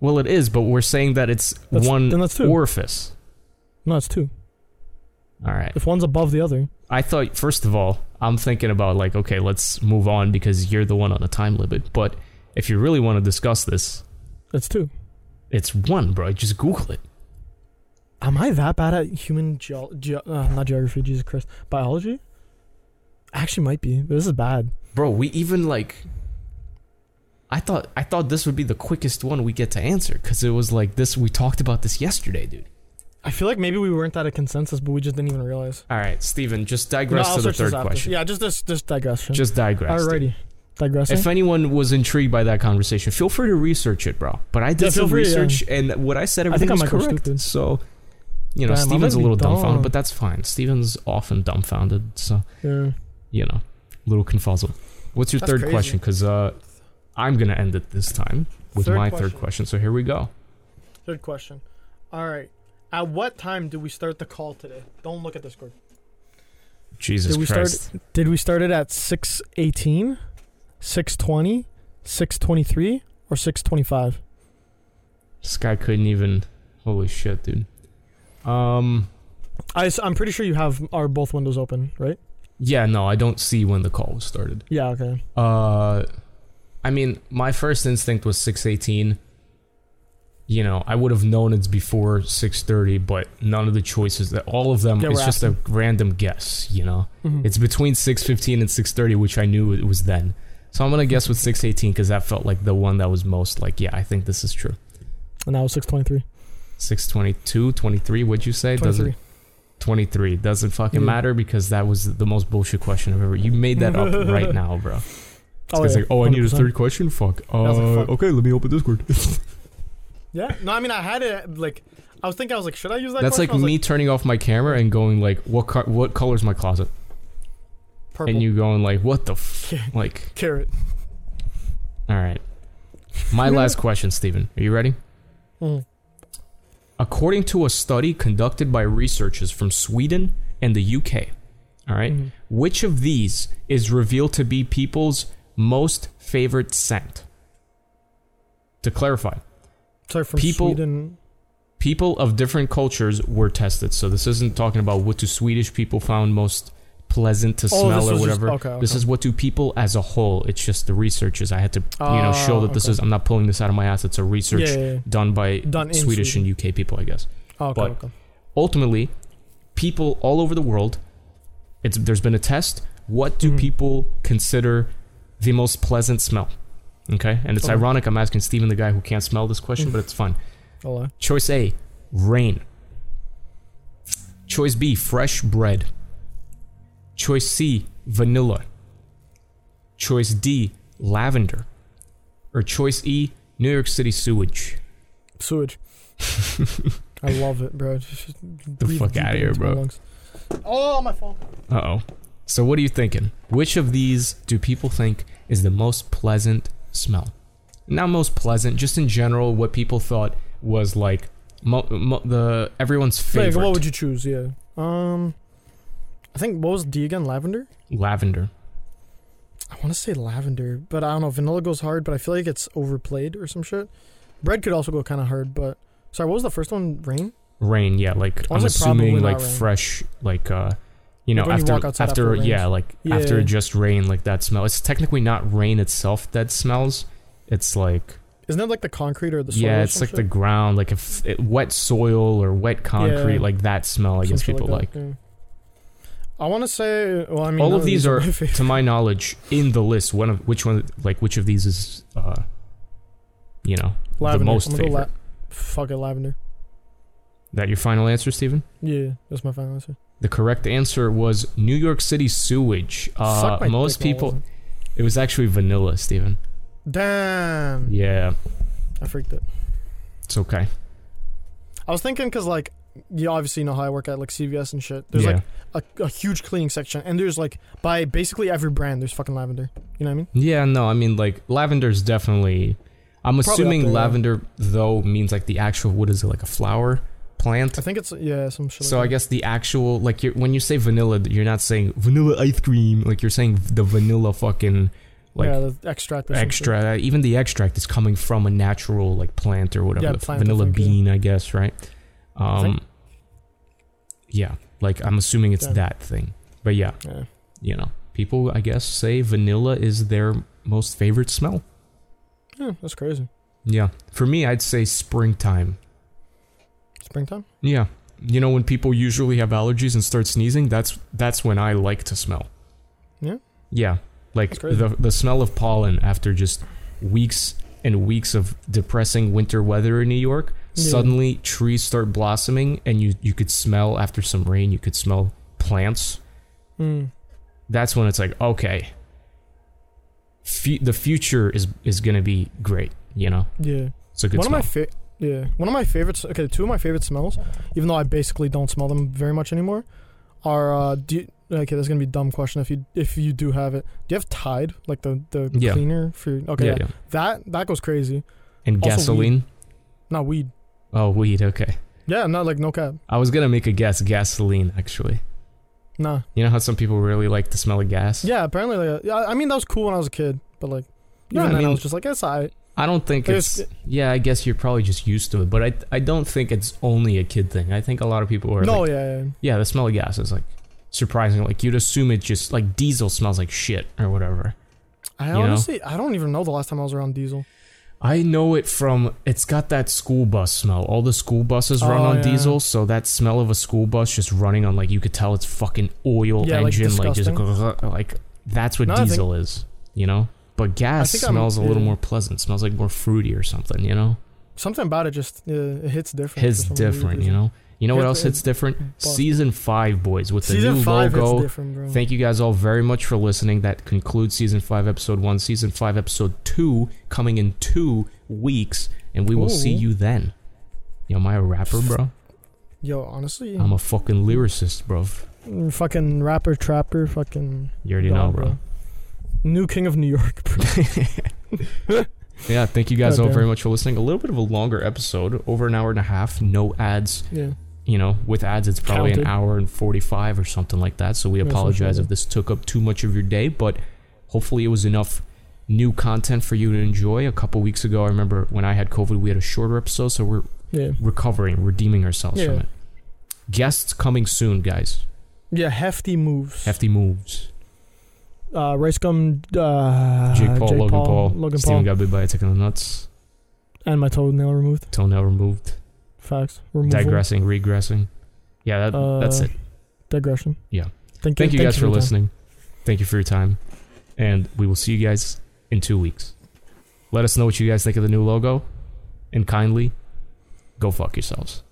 Well, it is, but we're saying that it's That's- one then that's two. orifice. No, it's two. All right. If one's above the other, I thought first of all, I'm thinking about like, okay, let's move on because you're the one on the time limit. But if you really want to discuss this, it's two. it's one, bro. Just Google it. Am I that bad at human geo ge- uh, not geography? Jesus Christ, biology. I Actually, might be. This is bad. Bro, we even like I thought I thought this would be the quickest one we get to answer cuz it was like this we talked about this yesterday, dude. I feel like maybe we weren't at a consensus, but we just didn't even realize. All right, Steven, just No, digress I'll to the search this third after. question. Yeah, just this, this digression. Just digress. dude. alrighty, digressing. If anyone was intrigued by that conversation, feel free to research it, bro. But I did Yeah, feel some free, yeah. research, and what I said I everything think I was might go correct. stupid. So, you know, Damn, I Steven's a might be little dumbfounded, dumb. but that's fine. Steven's often dumbfounded, so yeah. you know, a little confuzzled. What's your That's third crazy. question? Because uh, I'm gonna end it this time with Third my third question. question. So here we go. Third question. All right. At what time do we start the call today? Don't look at this quick. Jesus Did we Christ! start? Did we start it at 6:18, 6:20, 6:23, or 6:25? This guy couldn't even Holy shit, dude. Um, I, am pretty sure you have our both windows open, right? yeah, no, I don't see when the call was started. Yeah. Okay. Uh, I mean, my first instinct was 618. You know, I would have known it's before 630, but none of the choices that all of them Yeah, it's we're just a random guess, you know. It's between 615 and 630, which I knew it was then. So I'm going to guess with 618 cuz that felt like the one that was most like, yeah, I think this is true. And now it's 6:23. 622, 23, what'd you say? Doesn't 23. 23 doesn't fucking Yeah. matter because that was the most bullshit question I've ever. You made that up right now, bro. Oh, it's yeah, like, oh, I need a 100%. third question. Fuck. was like, Uh, fuck. Okay, let me open Discord. Yeah. No, I mean I had it like I was thinking I was like, should I use that? That's question? like I was me turning off my camera and going like, what car- what color's my closet? purple And you going like, what the f-? Yeah. like? carrot. All right. My last question, Steven. Are you ready? Mhm. According to a study conducted by researchers from Sweden and the UK, all right, Mm-hmm. which of these is revealed to be people's most favorite scent? To clarify, Sorry, from People- Sweden. people of different cultures were tested. So this isn't talking about what do Swedish people found most pleasant to Oh, this smell or was just- whatever. okay, This okay. is what do people as a whole. It's just the researchers. I had to you know show Oh, that this okay. is. I'm not pulling this out of my ass. It's a research Yeah, yeah, yeah. done by Done in Swedish and UK people, I guess. Oh, okay, but- okay. Ultimately, people all over the world. It's there's been a test. What do Mm-hmm. people consider the most pleasant smell? Okay, and it's Okay. Mm-hmm. ironic. I'm asking Steven, the guy who can't smell this question, but it's fun. Hello. Choice A, rain. Choice B, fresh bread. Choice C, vanilla. Choice D, lavender. Or choice E, New York City sewage. Sewage. I love it, bro. Just, just The breathe fuck deep outta here, into my bro. lungs. Oh, my phone. Uh oh. So, what are you thinking? Which of these do people think is the most pleasant smell? Not most pleasant, just in general, what people thought was like mo- mo- the everyone's Like, favorite what would you choose? Yeah. Um, I think what was D again? Lavender. lavender. I want to say lavender, but I don't know. Vanilla goes hard, but I feel like it's overplayed or some shit. Bread could also go kind of hard, but sorry, what was the first one? Rain. rain yeah like i'm Honestly, assuming probably like not rain. fresh like uh you know Like when you after walk after, outside after it rains. yeah like Yeah, after yeah. just rain like that smell it's technically not rain itself that smells it's like Isn't it like the concrete or the soil? yeah or it's some like the shit? ground like if it, wet soil or wet concrete Yeah. like that smell i Some guess shit people that, like, yeah. I want to say. Well, I mean, all none of these are my favorite. to my knowledge in the list one of which one like which of these is uh you know lavender. the most I'm gonna favorite Go la- fuck it, lavender. that your final answer steven Yeah, that's my final answer. the correct answer was new york city sewage uh Suck my most dick, no, it people wasn't. It was actually vanilla, Steven. Damn. Yeah, I freaked it. it's okay. I was thinking because like you obviously know how I work at like CVS and shit. There's yeah. like a, a huge cleaning section, and there's like by basically every brand there's fucking lavender. You know what I mean? yeah, no, I mean like lavender's definitely I'm up assuming there, yeah. lavender though means like the actual what is it like a flower plant? I think it's yeah some shit. So I like guess the actual like you're, when you say vanilla, you're not saying vanilla ice cream, like you're saying the vanilla fucking that. like yeah, the extract. Or some shit. extra even the extract is coming from a natural like plant or whatever Yeah, the f- plant, I vanilla think, yeah. bean i guess right um think- yeah like i'm assuming it's Yeah. that thing but yeah, Yeah. you know people i guess say vanilla is their most favorite smell Yeah, that's crazy. yeah for me i'd say springtime Springtime. yeah you know when people usually have allergies and start sneezing that's that's when i like to smell Yeah? yeah like That's crazy. the the smell of pollen after just weeks and weeks of depressing winter weather in New York Yeah. suddenly trees start blossoming and you you could smell after some rain you could smell plants Mm. that's when it's like okay Fu- the future is is going to be great you know Yeah. it's a good one smell. of my fa- yeah one of my favorites okay two of my favorite smells even though i basically don't smell them very much anymore are uh do you, okay that's gonna be a dumb question if you if you do have it do you have tide like the the Yeah. cleaner for your- okay yeah, yeah. yeah. that that goes crazy and Also weed. gasoline not weed oh weed okay yeah not like no cap I was gonna make a guess gasoline actually nah you know how some people really like the smell of gas uh, yeah apparently like yeah, i mean that was cool when i was a kid but like Yeah, even I then I mean- was just like it's alright. I don't think It's- it's, yeah. I guess you're probably just used to it, but I I don't think it's only a kid thing. I think a lot of people are No, like, yeah, yeah. yeah, the smell of gas is like surprising. Like you'd assume it just like diesel smells like shit or whatever. I know? honestly, I don't even know the last time I was around diesel. I know it from it's got that school bus smell. All the school buses run Oh, on yeah. diesel, so that smell of a school bus just running on like you could tell it's fucking oil Yeah, like, engine, like, just like that's what No, I think- diesel is, you know. But gas think I'm- smells a little yeah. more pleasant, smells like more fruity or something, you know. Something about it just uh, it hits different. Hits different, you know. You know what It's- else hits it's- different? but- Season five, boys, with the Season new five hits logo. different, bro. Thank you guys all very much for listening. That concludes season five, episode one. Season five, episode two, coming in two weeks, and we will see Ooh. you then. Yo, am I a rapper, bro? Yo, honestly, I'm a fucking lyricist, bro. Mm, fucking rapper, trapper, fucking. You already dog, know, bro. New king of New York. Bro. Yeah, thank you guys all Goddamn. very much for listening. A little bit of a longer episode, over an hour and a half, no ads. Yeah. You know, with ads, it's probably Counted. an hour and 45 or something like that. So we Yeah, something apologize like if this took up too much of your day, but hopefully it was enough new content for you to enjoy. A couple weeks ago, I remember when I had COVID, we had a shorter episode, so we're Yeah. recovering, redeeming ourselves from Yeah. it. Guests coming soon, guys. Yeah. Hefty moves. Hefty moves. Uh, Rice gum. Uh, Jake Paul, Logan Paul, Logan Steven Paul, got bit by a tick in the nuts. and my toenail removed. Toenail removed. Facts. Removal. Digressing, regressing. Yeah, that, that's Uh, it. Digression. Yeah. Thank you. Thank you guys for your time. listening. Thank you for your time. And we will see you guys in two weeks. Let us know what you guys think of the new logo. And kindly, go fuck yourselves.